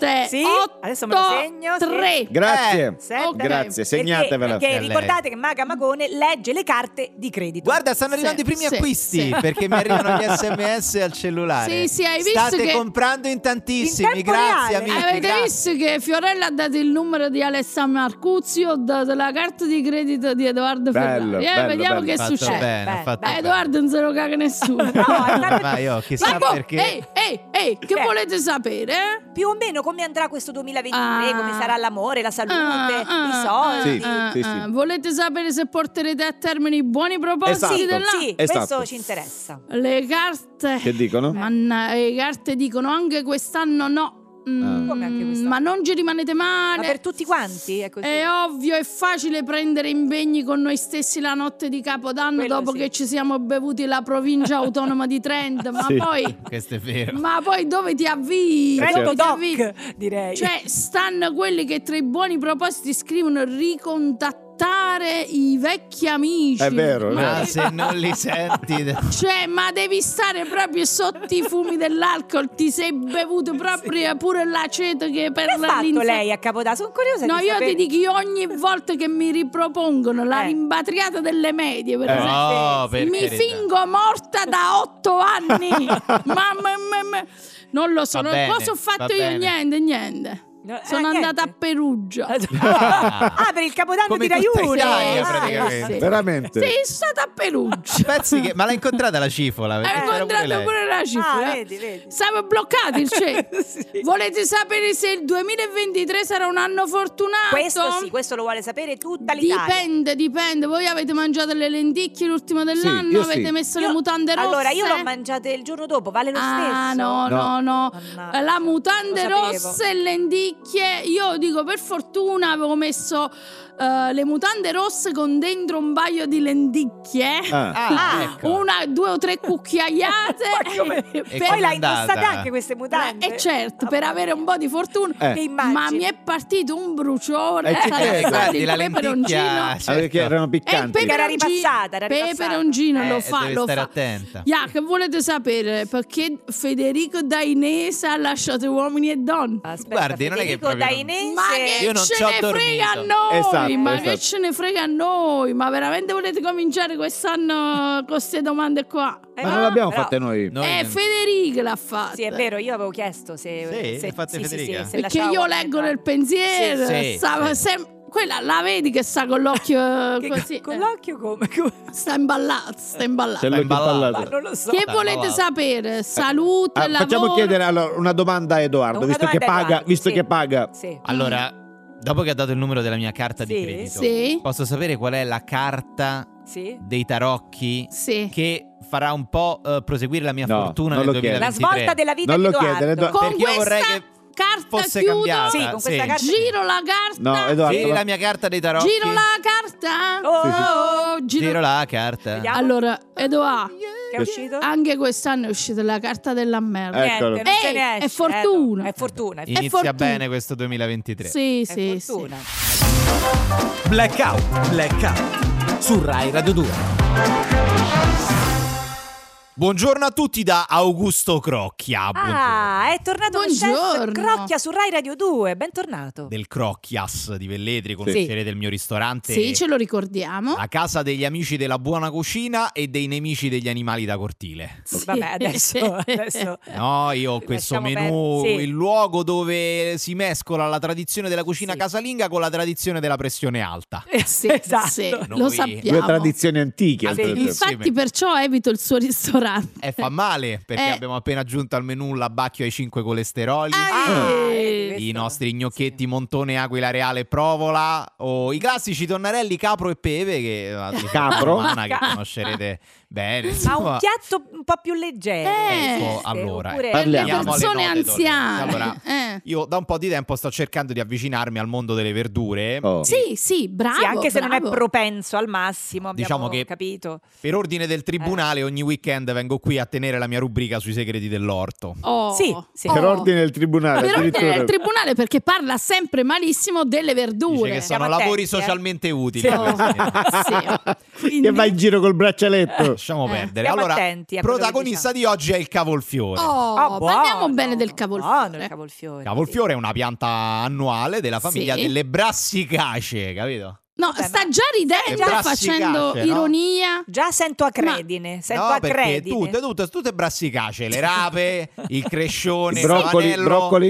[SPEAKER 3] 7
[SPEAKER 2] Sì,
[SPEAKER 3] 8
[SPEAKER 2] adesso me lo segno, sì.
[SPEAKER 3] 3
[SPEAKER 4] Grazie.
[SPEAKER 2] Sette.
[SPEAKER 3] Ok.
[SPEAKER 4] Grazie,
[SPEAKER 2] Perché-
[SPEAKER 4] segnatevela.
[SPEAKER 2] Perché,
[SPEAKER 1] Eh, lei.
[SPEAKER 2] ricordate che Maga Magone legge le carte di credito.
[SPEAKER 1] Guarda, stanno arrivando
[SPEAKER 3] Sì,
[SPEAKER 1] i primi
[SPEAKER 3] sì,
[SPEAKER 1] acquisti
[SPEAKER 3] sì.
[SPEAKER 1] perché mi arrivano gli sms al cellulare.
[SPEAKER 3] Sì, sì, hai visto
[SPEAKER 1] State
[SPEAKER 3] che-
[SPEAKER 1] comprando in tantissimi,
[SPEAKER 2] In tempo
[SPEAKER 1] grazie
[SPEAKER 2] reale.
[SPEAKER 1] amici.
[SPEAKER 3] Avete
[SPEAKER 1] grazie.
[SPEAKER 3] visto che Fiorella ha dato il numero di Alessa Marcuzzi? Ho dato la carta di credito di Edoardo
[SPEAKER 4] Bello,
[SPEAKER 3] Ferrari. Eh,
[SPEAKER 4] bello,
[SPEAKER 3] vediamo
[SPEAKER 4] bello.
[SPEAKER 3] che
[SPEAKER 1] Fatto
[SPEAKER 3] succede.
[SPEAKER 1] bene, ha
[SPEAKER 2] Beh,
[SPEAKER 1] fatto
[SPEAKER 3] Eh,
[SPEAKER 1] bene.
[SPEAKER 3] Edoardo non se lo caga nessuno. Ma
[SPEAKER 1] Ma io chissà
[SPEAKER 3] boh,
[SPEAKER 1] perché.
[SPEAKER 3] Ehi, ehi, ehi, che
[SPEAKER 2] Eh.
[SPEAKER 3] volete sapere? eh?
[SPEAKER 2] più o meno come andrà questo 2023,
[SPEAKER 3] Ah.
[SPEAKER 2] come sarà l'amore, la salute,
[SPEAKER 3] Ah,
[SPEAKER 2] i
[SPEAKER 3] ah,
[SPEAKER 2] soldi.
[SPEAKER 4] Sì.
[SPEAKER 3] ah, ah. Volete sapere se porterete a termine i buoni propositi
[SPEAKER 4] Esatto.
[SPEAKER 3] dell'anno?
[SPEAKER 2] Sì,
[SPEAKER 4] Esatto.
[SPEAKER 2] questo ci interessa.
[SPEAKER 3] Le carte.
[SPEAKER 4] Che dicono?
[SPEAKER 3] Manna- eh, le carte dicono anche quest'anno no.
[SPEAKER 4] Ah.
[SPEAKER 3] Mm,
[SPEAKER 2] Come anche quest'anno?
[SPEAKER 3] Ma non ci rimanete male.
[SPEAKER 2] Ma per tutti quanti è così.
[SPEAKER 3] È Eh, ovvio, è facile prendere impegni con noi stessi la notte di Capodanno
[SPEAKER 2] Quello
[SPEAKER 3] dopo
[SPEAKER 2] sì.
[SPEAKER 3] che ci siamo bevuti la provincia autonoma di Trento, ma
[SPEAKER 4] Sì.
[SPEAKER 3] poi
[SPEAKER 1] Questo è vero.
[SPEAKER 3] ma poi dove ti avvii?
[SPEAKER 4] Eh,
[SPEAKER 3] Dove
[SPEAKER 4] certo.
[SPEAKER 3] ti avvii?
[SPEAKER 2] Doc, direi.
[SPEAKER 3] Cioè, stanno quelli che tra i buoni propositi scrivono ricontattare i vecchi amici.
[SPEAKER 4] È vero, è
[SPEAKER 3] Ma
[SPEAKER 4] vero.
[SPEAKER 1] Ma se non li senti
[SPEAKER 3] cioè, ma devi stare proprio sotto i fumi dell'alcol, ti sei bevuto proprio pure l'aceto che per
[SPEAKER 2] Che ha fatto
[SPEAKER 3] l'insa-
[SPEAKER 2] lei a Capodanno? Sono curiosa
[SPEAKER 3] No,
[SPEAKER 2] di
[SPEAKER 3] io
[SPEAKER 2] sapere.
[SPEAKER 3] ti dico io ogni volta che mi ripropongono la
[SPEAKER 2] Eh.
[SPEAKER 3] rimpatriata delle medie, per
[SPEAKER 4] Eh.
[SPEAKER 3] esempio,
[SPEAKER 1] No, Ah, per
[SPEAKER 3] mi
[SPEAKER 1] carità.
[SPEAKER 3] fingo morta da otto anni. Mamma mia, non lo so,
[SPEAKER 1] Va
[SPEAKER 3] non-
[SPEAKER 1] bene,
[SPEAKER 3] cosa ho
[SPEAKER 1] va
[SPEAKER 3] fatto io?
[SPEAKER 1] bene.
[SPEAKER 3] Niente, niente.
[SPEAKER 2] No, eh,
[SPEAKER 3] Sono
[SPEAKER 2] niente. Eh,
[SPEAKER 3] andata a Perugia.
[SPEAKER 1] Ah.
[SPEAKER 2] Ah, per il capodanno
[SPEAKER 1] Come
[SPEAKER 2] di Rai
[SPEAKER 1] tutta
[SPEAKER 2] Uno.
[SPEAKER 1] Italia,
[SPEAKER 2] Ah,
[SPEAKER 1] praticamente.
[SPEAKER 3] sì.
[SPEAKER 4] Veramente.
[SPEAKER 3] Sei stata a Perugia.
[SPEAKER 1] Cioè, Pezzi che- ma l'ha incontrata la cifola?
[SPEAKER 3] Hai
[SPEAKER 1] perché c'era
[SPEAKER 3] incontrato
[SPEAKER 1] lei.
[SPEAKER 3] pure la cifra.
[SPEAKER 2] Ah, vedi, vedi.
[SPEAKER 3] Siamo bloccati, cioè.
[SPEAKER 2] Sì.
[SPEAKER 3] Volete sapere se il 2023 sarà un anno fortunato?
[SPEAKER 2] Questo sì, questo lo vuole sapere tutta l'Italia.
[SPEAKER 3] Dipende, dipende. Voi avete mangiato le lenticchie l'ultimo dell'anno?
[SPEAKER 4] io sì.
[SPEAKER 3] avete messo
[SPEAKER 2] Io-
[SPEAKER 3] le mutande rosse?
[SPEAKER 2] Allora, io l'ho mangiata il giorno dopo, vale lo
[SPEAKER 3] Ah,
[SPEAKER 2] stesso.
[SPEAKER 3] no, no, no.
[SPEAKER 2] Mannaggia,
[SPEAKER 3] La
[SPEAKER 2] lo
[SPEAKER 3] mutande
[SPEAKER 2] sapevo.
[SPEAKER 3] rosse e lenticchie. Io dico, per fortuna avevo messo eh, le mutande rosse con dentro un paio di lenticchie.
[SPEAKER 4] Ah,
[SPEAKER 1] Ah,
[SPEAKER 2] Ah,
[SPEAKER 1] ecco.
[SPEAKER 3] Una, due o tre cucchiaiate.
[SPEAKER 2] Ma come-
[SPEAKER 3] Eh,
[SPEAKER 1] E
[SPEAKER 3] per-
[SPEAKER 2] Poi
[SPEAKER 1] com'è
[SPEAKER 2] l'ha
[SPEAKER 1] andata?
[SPEAKER 2] indossata anche queste mutande. Ah,
[SPEAKER 3] eh, certo, per avere un po' di fortuna.
[SPEAKER 4] eh.
[SPEAKER 2] Che
[SPEAKER 3] Ma mi
[SPEAKER 2] immagini.
[SPEAKER 3] è partito un bruciore.
[SPEAKER 4] Eh, ci
[SPEAKER 3] Sarà
[SPEAKER 4] credo.
[SPEAKER 1] Eh,
[SPEAKER 3] stato
[SPEAKER 1] guardi,
[SPEAKER 3] il
[SPEAKER 1] la lenticchia
[SPEAKER 3] peperoncino.
[SPEAKER 4] Ah,
[SPEAKER 1] certo.
[SPEAKER 4] perché erano
[SPEAKER 3] E il
[SPEAKER 4] piccanti.
[SPEAKER 2] Era
[SPEAKER 3] peperoncino-
[SPEAKER 2] ripassata, era ripassata.
[SPEAKER 3] peperoncino
[SPEAKER 1] Eh,
[SPEAKER 3] lo fa,
[SPEAKER 1] devi
[SPEAKER 3] lo
[SPEAKER 1] stare
[SPEAKER 3] fa.
[SPEAKER 1] attenta.
[SPEAKER 3] Ya, che volete sapere? Perché Federico Dainese ha lasciato uomini e donne?
[SPEAKER 2] Aspetta,
[SPEAKER 1] Guardi, non è che
[SPEAKER 2] Federico
[SPEAKER 1] proprio-
[SPEAKER 2] Dainese.
[SPEAKER 3] Ma che
[SPEAKER 1] Io non ci
[SPEAKER 3] ce
[SPEAKER 1] ho
[SPEAKER 3] ne frega a
[SPEAKER 1] dormito.
[SPEAKER 3] noi?
[SPEAKER 4] Esatto,
[SPEAKER 3] ma
[SPEAKER 4] esatto.
[SPEAKER 3] che ce ne frega a noi? Ma veramente volete cominciare quest'anno con queste domande qua?
[SPEAKER 2] Eh,
[SPEAKER 4] Ma
[SPEAKER 2] no,
[SPEAKER 4] non l'abbiamo
[SPEAKER 2] però-
[SPEAKER 4] fatte noi.
[SPEAKER 1] Noi
[SPEAKER 3] eh,
[SPEAKER 1] non-
[SPEAKER 3] Federica l'ha fatta.
[SPEAKER 2] Sì, è vero, io avevo chiesto se...
[SPEAKER 1] Sì,
[SPEAKER 2] se,
[SPEAKER 1] l'ha fatta Federica.
[SPEAKER 2] se
[SPEAKER 3] Perché
[SPEAKER 2] lasciava
[SPEAKER 3] io
[SPEAKER 2] uomini e
[SPEAKER 3] leggo
[SPEAKER 2] donne.
[SPEAKER 3] nel pensiero. eh,
[SPEAKER 1] Sì, sì,
[SPEAKER 3] stava
[SPEAKER 1] sì.
[SPEAKER 3] sem- quella la vedi che sta con l'occhio
[SPEAKER 2] Che-
[SPEAKER 3] così.
[SPEAKER 2] Con
[SPEAKER 3] eh.
[SPEAKER 2] l'occhio come? come-
[SPEAKER 3] Sta imballata, sta imballata.
[SPEAKER 4] Se l'ho
[SPEAKER 1] imballato.
[SPEAKER 2] Ma
[SPEAKER 4] impallato.
[SPEAKER 2] non lo so.
[SPEAKER 3] Che
[SPEAKER 1] Sta
[SPEAKER 3] volete
[SPEAKER 1] imballata.
[SPEAKER 3] sapere?
[SPEAKER 1] Eh,
[SPEAKER 3] Salute,
[SPEAKER 4] Ah,
[SPEAKER 3] lavoro.
[SPEAKER 4] facciamo chiedere allora, una domanda a Edoardo,
[SPEAKER 2] Una
[SPEAKER 4] visto, che
[SPEAKER 2] domanda a
[SPEAKER 4] paga,
[SPEAKER 2] Edoardo,
[SPEAKER 4] visto
[SPEAKER 2] sì.
[SPEAKER 4] che paga.
[SPEAKER 2] Sì.
[SPEAKER 1] Allora, dopo che ha dato il numero della mia carta di
[SPEAKER 2] Sì.
[SPEAKER 1] credito,
[SPEAKER 3] Sì.
[SPEAKER 1] posso sapere qual è la carta
[SPEAKER 2] Sì.
[SPEAKER 1] dei tarocchi
[SPEAKER 3] Sì.
[SPEAKER 1] che farà un po' eh, proseguire la mia
[SPEAKER 4] No,
[SPEAKER 1] fortuna
[SPEAKER 4] non
[SPEAKER 1] nel
[SPEAKER 4] lo chiedo.
[SPEAKER 2] La
[SPEAKER 1] 2023?
[SPEAKER 2] svolta della vita
[SPEAKER 4] Non
[SPEAKER 2] di
[SPEAKER 4] lo
[SPEAKER 2] Edoardo.
[SPEAKER 4] chiedere, Edoardo.
[SPEAKER 3] Con
[SPEAKER 1] Perché io vorrei
[SPEAKER 3] questa
[SPEAKER 1] che
[SPEAKER 3] carta
[SPEAKER 1] fosse
[SPEAKER 3] chiudo.
[SPEAKER 1] cambiata.
[SPEAKER 2] Sì, con questa carta-
[SPEAKER 3] Giro la carta.
[SPEAKER 4] No, Edoardo.
[SPEAKER 1] Sì, la mia carta dei tarocchi.
[SPEAKER 3] Giro la carta.
[SPEAKER 2] Oh,
[SPEAKER 3] Oh, giro-
[SPEAKER 1] Giro la carta.
[SPEAKER 2] Vediamo.
[SPEAKER 3] Allora, Edoardo,
[SPEAKER 2] Che è uscito?
[SPEAKER 1] Ah,
[SPEAKER 3] anche quest'anno è uscita la carta della merda.
[SPEAKER 4] Eh,
[SPEAKER 2] Niente,
[SPEAKER 4] eccolo.
[SPEAKER 2] non se
[SPEAKER 3] Eh,
[SPEAKER 2] ne
[SPEAKER 3] è
[SPEAKER 2] esce,
[SPEAKER 3] fortuna.
[SPEAKER 2] eh, no, È fortuna. È
[SPEAKER 1] Inizia
[SPEAKER 3] fortuna.
[SPEAKER 1] bene questo 2023.
[SPEAKER 3] Sì,
[SPEAKER 2] è
[SPEAKER 3] sì, sì.
[SPEAKER 2] fortuna.
[SPEAKER 5] Blackout, blackout su Rai Radio 2.
[SPEAKER 1] Buongiorno a tutti da Augusto Crocchia. Buongiorno.
[SPEAKER 2] Ah, è tornato lo chef
[SPEAKER 3] Buongiorno.
[SPEAKER 2] Crocchia su Rai Radio 2, bentornato.
[SPEAKER 1] Del Crocchias di Velletri,
[SPEAKER 4] Sì.
[SPEAKER 1] conoscerete del il mio ristorante.
[SPEAKER 3] Sì, ce lo ricordiamo.
[SPEAKER 1] La casa degli amici della buona cucina e dei nemici degli animali da cortile.
[SPEAKER 3] Sì.
[SPEAKER 2] Vabbè, adesso, adesso-
[SPEAKER 1] No, io ho questo
[SPEAKER 2] Eh, Lasciamo
[SPEAKER 1] menù,
[SPEAKER 2] perdere, sì.
[SPEAKER 1] il luogo dove si mescola la tradizione della cucina
[SPEAKER 2] Sì.
[SPEAKER 1] casalinga con la tradizione della pressione alta.
[SPEAKER 3] Sì,
[SPEAKER 2] Esatto.
[SPEAKER 3] sì, lo
[SPEAKER 1] Noi-
[SPEAKER 3] sappiamo.
[SPEAKER 4] Due tradizioni antiche.
[SPEAKER 1] Ah, sì,
[SPEAKER 4] oltretutto.
[SPEAKER 1] il-
[SPEAKER 3] Infatti, perciò evito il suo ristorante.
[SPEAKER 1] E Eh, fa male perché
[SPEAKER 3] Eh.
[SPEAKER 1] abbiamo appena aggiunto al menù l'abbacchio ai 5 colesteroli.
[SPEAKER 2] Ah,
[SPEAKER 3] Eh,
[SPEAKER 2] vedi,
[SPEAKER 1] I
[SPEAKER 2] questo-
[SPEAKER 1] nostri gnocchetti
[SPEAKER 2] sì.
[SPEAKER 1] montone, aquila reale, e provola o i classici tonnarelli capro e peve che la tradizione
[SPEAKER 4] Capro?
[SPEAKER 1] romana che conoscerete bene.
[SPEAKER 2] Ma un
[SPEAKER 1] insomma.
[SPEAKER 2] piatto un po' più leggero.
[SPEAKER 3] Eh.
[SPEAKER 1] Ecco,
[SPEAKER 2] Sì,
[SPEAKER 1] allora,
[SPEAKER 2] oppure-
[SPEAKER 3] per Eh, le
[SPEAKER 1] Andiamo alle
[SPEAKER 3] persone
[SPEAKER 1] note, Dolce.
[SPEAKER 3] anziane.
[SPEAKER 1] Allora,
[SPEAKER 3] Eh.
[SPEAKER 1] Io da un po' di tempo sto cercando di avvicinarmi al mondo delle verdure.
[SPEAKER 4] Oh.
[SPEAKER 3] Sì, sì, bravo.
[SPEAKER 2] Sì, anche se non è
[SPEAKER 3] bravo.
[SPEAKER 2] propenso al massimo, abbiamo
[SPEAKER 1] Diciamo che-
[SPEAKER 2] capito. Eh.
[SPEAKER 1] Per ordine del tribunale, ogni weekend vengo qui a tenere la mia rubrica sui segreti dell'orto.
[SPEAKER 3] Oh.
[SPEAKER 2] Sì, sì.
[SPEAKER 4] Per
[SPEAKER 3] Oh.
[SPEAKER 4] ordine del tribunale.
[SPEAKER 3] Per ordine
[SPEAKER 4] addirittura.
[SPEAKER 3] del tribunale perché parla sempre malissimo delle
[SPEAKER 1] Dice
[SPEAKER 3] verdure. Oh.
[SPEAKER 1] che sono
[SPEAKER 2] Siamo
[SPEAKER 1] lavori
[SPEAKER 2] attenti, eh.
[SPEAKER 1] socialmente utili.
[SPEAKER 2] Sì.
[SPEAKER 1] questi.
[SPEAKER 3] Sì. Quindi-
[SPEAKER 4] Che va in giro col braccialetto.
[SPEAKER 1] Lasciamo
[SPEAKER 3] Eh.
[SPEAKER 1] perdere.
[SPEAKER 2] Stiamo
[SPEAKER 1] Allora,
[SPEAKER 2] attenti a quello che diciamo.
[SPEAKER 1] protagonista di oggi è il cavolfiore.
[SPEAKER 3] Oh,
[SPEAKER 2] Ah, buono.
[SPEAKER 3] parliamo bene del
[SPEAKER 2] Buono
[SPEAKER 3] cavolfiore.
[SPEAKER 2] il cavolfiore.
[SPEAKER 1] Cavolfiore è una pianta annuale della famiglia
[SPEAKER 3] Sì.
[SPEAKER 1] delle brassicacee, capito?
[SPEAKER 3] no,
[SPEAKER 2] Vabbè,
[SPEAKER 3] sta
[SPEAKER 2] ma-
[SPEAKER 3] già ridendo
[SPEAKER 1] È
[SPEAKER 3] facendo
[SPEAKER 1] brassicacee, no?
[SPEAKER 3] ironia.
[SPEAKER 2] Già sento acredine, sento
[SPEAKER 1] no, perché
[SPEAKER 2] acredine.
[SPEAKER 1] tutte, tutte, tutte brassicacee, le rape, il crescione,
[SPEAKER 4] I broccoli,
[SPEAKER 1] il
[SPEAKER 4] broccoli?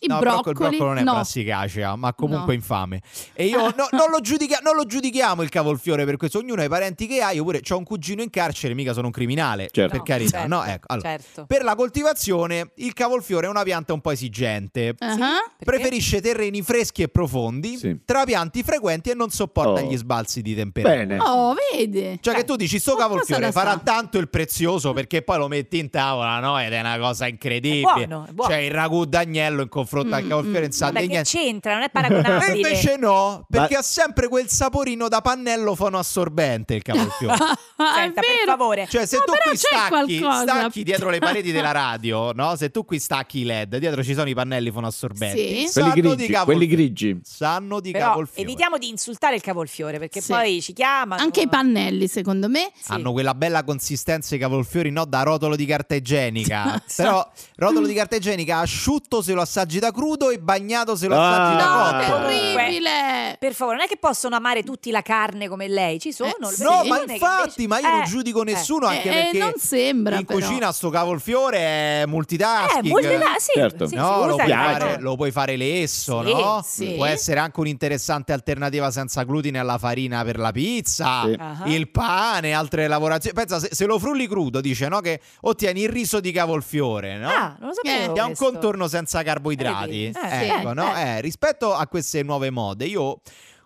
[SPEAKER 3] I
[SPEAKER 1] No,
[SPEAKER 3] broccoli,
[SPEAKER 1] il broccolo non è
[SPEAKER 3] no.
[SPEAKER 1] brassicacea, ma comunque
[SPEAKER 3] No.
[SPEAKER 1] infame. E io no- non, lo giudica- non lo giudichiamo il cavolfiore per questo, ognuno ha i parenti che ha, io pure ho un cugino in carcere, mica sono un criminale,
[SPEAKER 4] Certo.
[SPEAKER 1] per
[SPEAKER 2] No,
[SPEAKER 1] carità.
[SPEAKER 2] certo,
[SPEAKER 1] no? Ecco, allora,
[SPEAKER 2] certo.
[SPEAKER 1] Per la coltivazione il cavolfiore è una pianta un po' esigente.
[SPEAKER 3] Ah,
[SPEAKER 2] Perché?
[SPEAKER 1] Preferisce terreni freschi e profondi,
[SPEAKER 4] Sì.
[SPEAKER 1] trapianti frequenti e non sopporta
[SPEAKER 4] Oh.
[SPEAKER 1] gli sbalzi di temperatura.
[SPEAKER 4] Bene.
[SPEAKER 3] Oh, vedi.
[SPEAKER 1] Cioè, che tu dici, sto
[SPEAKER 3] Eh, Ma cosa
[SPEAKER 1] cavolfiore
[SPEAKER 3] da
[SPEAKER 1] farà
[SPEAKER 3] sta?
[SPEAKER 1] tanto il prezioso perché poi lo metti in tavola, no? Ed è una cosa incredibile.
[SPEAKER 2] È buono, è buono.
[SPEAKER 1] Cioè, il ragù d'agnello in confronto al
[SPEAKER 3] Mm,
[SPEAKER 1] cavolfiore in sa
[SPEAKER 2] Vabbè,
[SPEAKER 1] di
[SPEAKER 2] che
[SPEAKER 1] niente.
[SPEAKER 2] c'entra, non è
[SPEAKER 1] E
[SPEAKER 2] paragonabile.
[SPEAKER 1] invece no, perché
[SPEAKER 4] Ma-
[SPEAKER 1] ha sempre quel saporino da pannello fonoassorbente il cavolfiore.
[SPEAKER 3] Ah, è
[SPEAKER 2] Senta, per
[SPEAKER 3] vero.
[SPEAKER 2] favore.
[SPEAKER 1] Cioè, se
[SPEAKER 3] No,
[SPEAKER 1] tu
[SPEAKER 3] però
[SPEAKER 1] qui
[SPEAKER 3] c'è
[SPEAKER 1] stacchi,
[SPEAKER 3] qualcosa.
[SPEAKER 1] stacchi dietro le pareti della radio, no? Se tu qui stacchi i LED, dietro ci sono i pannelli fonoassorbenti.
[SPEAKER 3] Sì.
[SPEAKER 4] Quelli
[SPEAKER 1] Sanno di
[SPEAKER 4] grigi,
[SPEAKER 1] cavolfiore.
[SPEAKER 4] quelli grigi.
[SPEAKER 1] Sanno di
[SPEAKER 2] Però
[SPEAKER 1] cavolfiore.
[SPEAKER 2] evitiamo di insultare il cavolfiore perché
[SPEAKER 3] Sì.
[SPEAKER 2] poi ci chiamano.
[SPEAKER 3] Anche i pannelli, secondo me.
[SPEAKER 2] Sì.
[SPEAKER 1] Hanno quella bella consistenza i
[SPEAKER 2] Esatto.
[SPEAKER 1] cavolfiori, no? Da rotolo di carta igienica. Però rotolo di carta igienica asciutto se lo assaggi mangi da crudo e bagnato se lo
[SPEAKER 4] Ah.
[SPEAKER 1] assaggi
[SPEAKER 3] No,
[SPEAKER 1] da cotto.
[SPEAKER 4] Comunque-
[SPEAKER 3] terribile!
[SPEAKER 2] Per favore, non è che possono amare tutti la carne come lei, ci sono.
[SPEAKER 3] Eh,
[SPEAKER 2] le
[SPEAKER 3] sì.
[SPEAKER 1] No,
[SPEAKER 2] persone
[SPEAKER 1] ma
[SPEAKER 2] che
[SPEAKER 1] infatti,
[SPEAKER 2] invece-
[SPEAKER 1] ma io non
[SPEAKER 2] eh,
[SPEAKER 1] giudico nessuno,
[SPEAKER 3] Eh,
[SPEAKER 1] anche
[SPEAKER 3] eh,
[SPEAKER 1] perché
[SPEAKER 3] non sembra,
[SPEAKER 1] in
[SPEAKER 3] però.
[SPEAKER 1] cucina sto cavolfiore è
[SPEAKER 2] Eh,
[SPEAKER 1] multitasking.
[SPEAKER 2] molti là, sì,
[SPEAKER 4] Certo.
[SPEAKER 2] sì,
[SPEAKER 1] No,
[SPEAKER 2] si
[SPEAKER 1] lo
[SPEAKER 2] usa
[SPEAKER 1] puoi,
[SPEAKER 2] il
[SPEAKER 4] piace.
[SPEAKER 1] fare,
[SPEAKER 2] farro.
[SPEAKER 1] lo puoi fare lesso,
[SPEAKER 2] Sì,
[SPEAKER 1] no?
[SPEAKER 2] sì.
[SPEAKER 1] Può essere anche un'interessante alternativa senza glutine alla farina per la pizza,
[SPEAKER 4] Sì.
[SPEAKER 2] Ah.
[SPEAKER 1] il pane, altre lavorazioni. Pensa, se, se lo frulli crudo, dice no, che ottieni il riso di cavolfiore, no?
[SPEAKER 2] Ah, non lo
[SPEAKER 3] Eh.
[SPEAKER 2] sapevo.
[SPEAKER 1] Che ha un
[SPEAKER 2] questo.
[SPEAKER 1] contorno senza carboidrati.
[SPEAKER 2] Eh, sì.
[SPEAKER 1] ecco,
[SPEAKER 2] Eh,
[SPEAKER 1] no? Eh, rispetto a queste nuove mode, io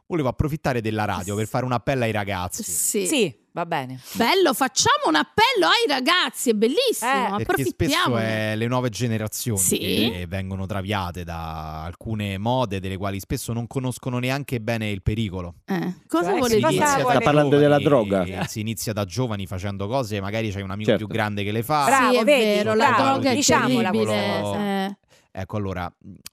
[SPEAKER 1] volevo approfittare della radio per fare un appello ai ragazzi.
[SPEAKER 3] Sì.
[SPEAKER 2] Sì, va bene.
[SPEAKER 3] Bello, facciamo un appello ai ragazzi, è bellissimo,
[SPEAKER 2] Eh,
[SPEAKER 1] Perché spesso
[SPEAKER 3] approfittiamo.
[SPEAKER 1] è le nuove generazioni
[SPEAKER 3] Sì.
[SPEAKER 1] che vengono traviate da alcune mode delle quali spesso non conoscono neanche bene il pericolo.
[SPEAKER 3] Eh. Cosa
[SPEAKER 2] Cioè,
[SPEAKER 3] vuole
[SPEAKER 1] Si
[SPEAKER 2] sì, cosa
[SPEAKER 3] dire?
[SPEAKER 1] inizia da
[SPEAKER 2] vuole- Sta
[SPEAKER 4] parlando della
[SPEAKER 1] giovani,
[SPEAKER 4] droga.
[SPEAKER 1] Si inizia da giovani facendo cose, magari c'è un amico
[SPEAKER 4] Certo.
[SPEAKER 1] più grande che le fa.
[SPEAKER 2] Bravo,
[SPEAKER 3] sì, è
[SPEAKER 2] vedi,
[SPEAKER 3] vero, la
[SPEAKER 2] bravo,
[SPEAKER 3] droga è
[SPEAKER 2] diciamola
[SPEAKER 3] terribile.
[SPEAKER 1] questa cosa.
[SPEAKER 3] eh.
[SPEAKER 1] Ecco, allora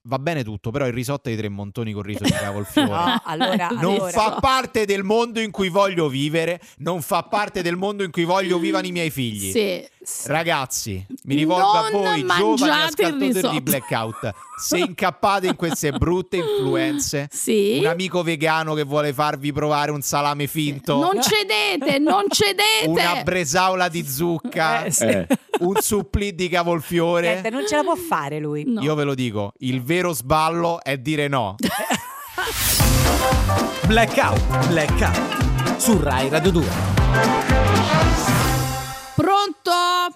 [SPEAKER 1] va bene tutto, però il risotto di tre montoni con riso di cavolfiore.
[SPEAKER 2] No, allora,
[SPEAKER 1] Non
[SPEAKER 2] allora.
[SPEAKER 1] fa parte del mondo in cui voglio vivere, non fa parte del mondo in cui voglio vivano i miei figli.
[SPEAKER 3] Sì.
[SPEAKER 1] Ragazzi, mi rivolgo a
[SPEAKER 3] Non
[SPEAKER 1] voi, giovani
[SPEAKER 3] mangiate il
[SPEAKER 1] ascoltatori
[SPEAKER 3] risotto.
[SPEAKER 1] di Blackout. Se incappate in queste brutte influenze,
[SPEAKER 3] Sì.
[SPEAKER 1] un amico vegano che vuole farvi provare un salame finto,
[SPEAKER 3] Non cedete, non
[SPEAKER 1] una
[SPEAKER 3] cedete.
[SPEAKER 1] bresaola di zucca,
[SPEAKER 2] Eh, sì.
[SPEAKER 4] Eh,
[SPEAKER 1] un supplì di cavolfiore.
[SPEAKER 2] Niente, non ce la può fare lui.
[SPEAKER 3] Eh, No.
[SPEAKER 1] Io ve lo dico, il vero sballo è dire no.
[SPEAKER 5] Blackout, blackout su Rai Radio 2.
[SPEAKER 3] Pronto?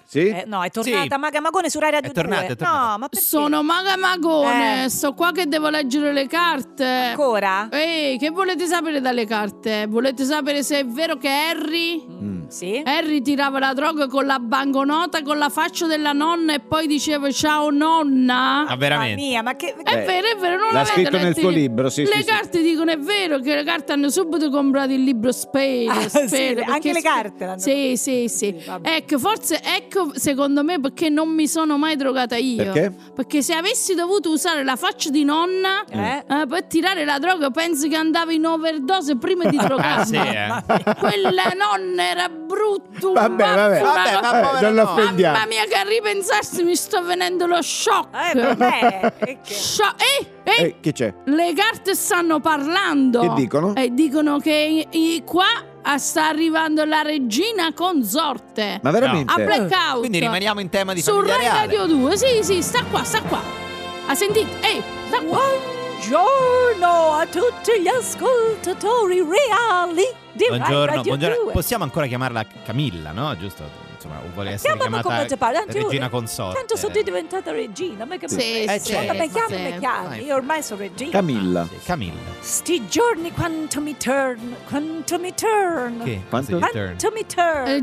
[SPEAKER 4] sì?
[SPEAKER 2] Eh, no, è tornata
[SPEAKER 1] Sì.
[SPEAKER 2] Maga Magone su Rai Radio
[SPEAKER 1] È tornata,
[SPEAKER 2] 2.
[SPEAKER 1] è tornata.
[SPEAKER 2] No, ma perché?
[SPEAKER 3] Sono Maga Magone,
[SPEAKER 2] Eh.
[SPEAKER 3] sto qua che devo leggere le carte.
[SPEAKER 2] ancora?
[SPEAKER 3] Ehi, che volete sapere dalle carte? Volete sapere se è vero che Harry
[SPEAKER 4] Mm.
[SPEAKER 2] Sì.
[SPEAKER 3] Harry tirava la droga con la banconota con la faccia della nonna e poi diceva ciao nonna?
[SPEAKER 1] Ma
[SPEAKER 2] Mamma
[SPEAKER 1] Ah, veramente.
[SPEAKER 2] mia, ma che
[SPEAKER 3] È
[SPEAKER 4] Beh,
[SPEAKER 3] vero, è vero, non
[SPEAKER 4] l'ha
[SPEAKER 3] l'avete
[SPEAKER 4] scritto nel
[SPEAKER 3] letto
[SPEAKER 4] suo
[SPEAKER 3] i lib-
[SPEAKER 4] libro, sì,
[SPEAKER 3] le
[SPEAKER 4] sì, sì.
[SPEAKER 3] carte dicono è vero che le carte hanno subito comprato il libro Spero.
[SPEAKER 2] Ah, sì,
[SPEAKER 3] spero
[SPEAKER 2] le-
[SPEAKER 3] perché
[SPEAKER 2] anche le
[SPEAKER 3] spe-
[SPEAKER 2] carte l'hanno
[SPEAKER 3] Sì, sì, sì.
[SPEAKER 2] Sì, vabbè.
[SPEAKER 3] ecco, forse ecco secondo me perché non mi sono mai drogata io.
[SPEAKER 4] Perché?
[SPEAKER 3] Perché se avessi dovuto usare la faccia di nonna
[SPEAKER 2] Eh?
[SPEAKER 3] eh, per tirare la droga, penso che andavo in overdose prima di
[SPEAKER 1] Ah, sì,
[SPEAKER 3] drogarmi.
[SPEAKER 1] eh.
[SPEAKER 3] Quella nonna era brutta.
[SPEAKER 4] Vabbè, vabbè,
[SPEAKER 3] una
[SPEAKER 1] Vabbè,
[SPEAKER 3] cosa-
[SPEAKER 1] ma
[SPEAKER 4] Eh,
[SPEAKER 1] povero
[SPEAKER 4] non
[SPEAKER 1] no.
[SPEAKER 4] la offendiamo.
[SPEAKER 3] Mamma mia, che a ripensarsi mi sta venendo lo shock.
[SPEAKER 2] Eh, vabbè. e che-
[SPEAKER 3] Scio- eh, eh,
[SPEAKER 4] Eh, che c'è?
[SPEAKER 3] le carte stanno parlando.
[SPEAKER 4] Che dicono?
[SPEAKER 3] E dicono che i- i- qua ah, sta arrivando la regina consorte.
[SPEAKER 4] Ma
[SPEAKER 3] A
[SPEAKER 4] veramente?
[SPEAKER 3] blackout.
[SPEAKER 1] Quindi rimaniamo in tema di
[SPEAKER 3] Su
[SPEAKER 1] famiglia
[SPEAKER 3] Rai
[SPEAKER 1] reale.
[SPEAKER 3] Radio 2. Sì, sì, sta qua, sta qua. Ha sentito? Ehi, sta qua.
[SPEAKER 2] Buongiorno a tutti gli ascoltatori reali di Rai
[SPEAKER 1] Buongiorno,
[SPEAKER 2] Radio
[SPEAKER 1] buongiorno.
[SPEAKER 2] 2.
[SPEAKER 1] Possiamo ancora chiamarla Camilla, no? Giusto? Insomma, o vuole essere
[SPEAKER 2] Chiamami
[SPEAKER 1] chiamata
[SPEAKER 2] come ti pare, tanto io- eh,
[SPEAKER 1] regina eh. consorte.
[SPEAKER 2] Tanto sono diventata regina, ma che
[SPEAKER 3] Sì,
[SPEAKER 2] mi
[SPEAKER 1] Eh,
[SPEAKER 2] frega.
[SPEAKER 1] certo.
[SPEAKER 2] Quando mi chiami, mi
[SPEAKER 3] Sì.
[SPEAKER 2] chiami. Io ormai sono regina.
[SPEAKER 4] Camilla.
[SPEAKER 1] Sì, Camilla.
[SPEAKER 2] Sti giorni quanto mi turn, quanto mi turn.
[SPEAKER 1] Che?
[SPEAKER 4] Quanto-
[SPEAKER 1] Sì, turn.
[SPEAKER 2] Quanto mi turn.
[SPEAKER 3] Eh,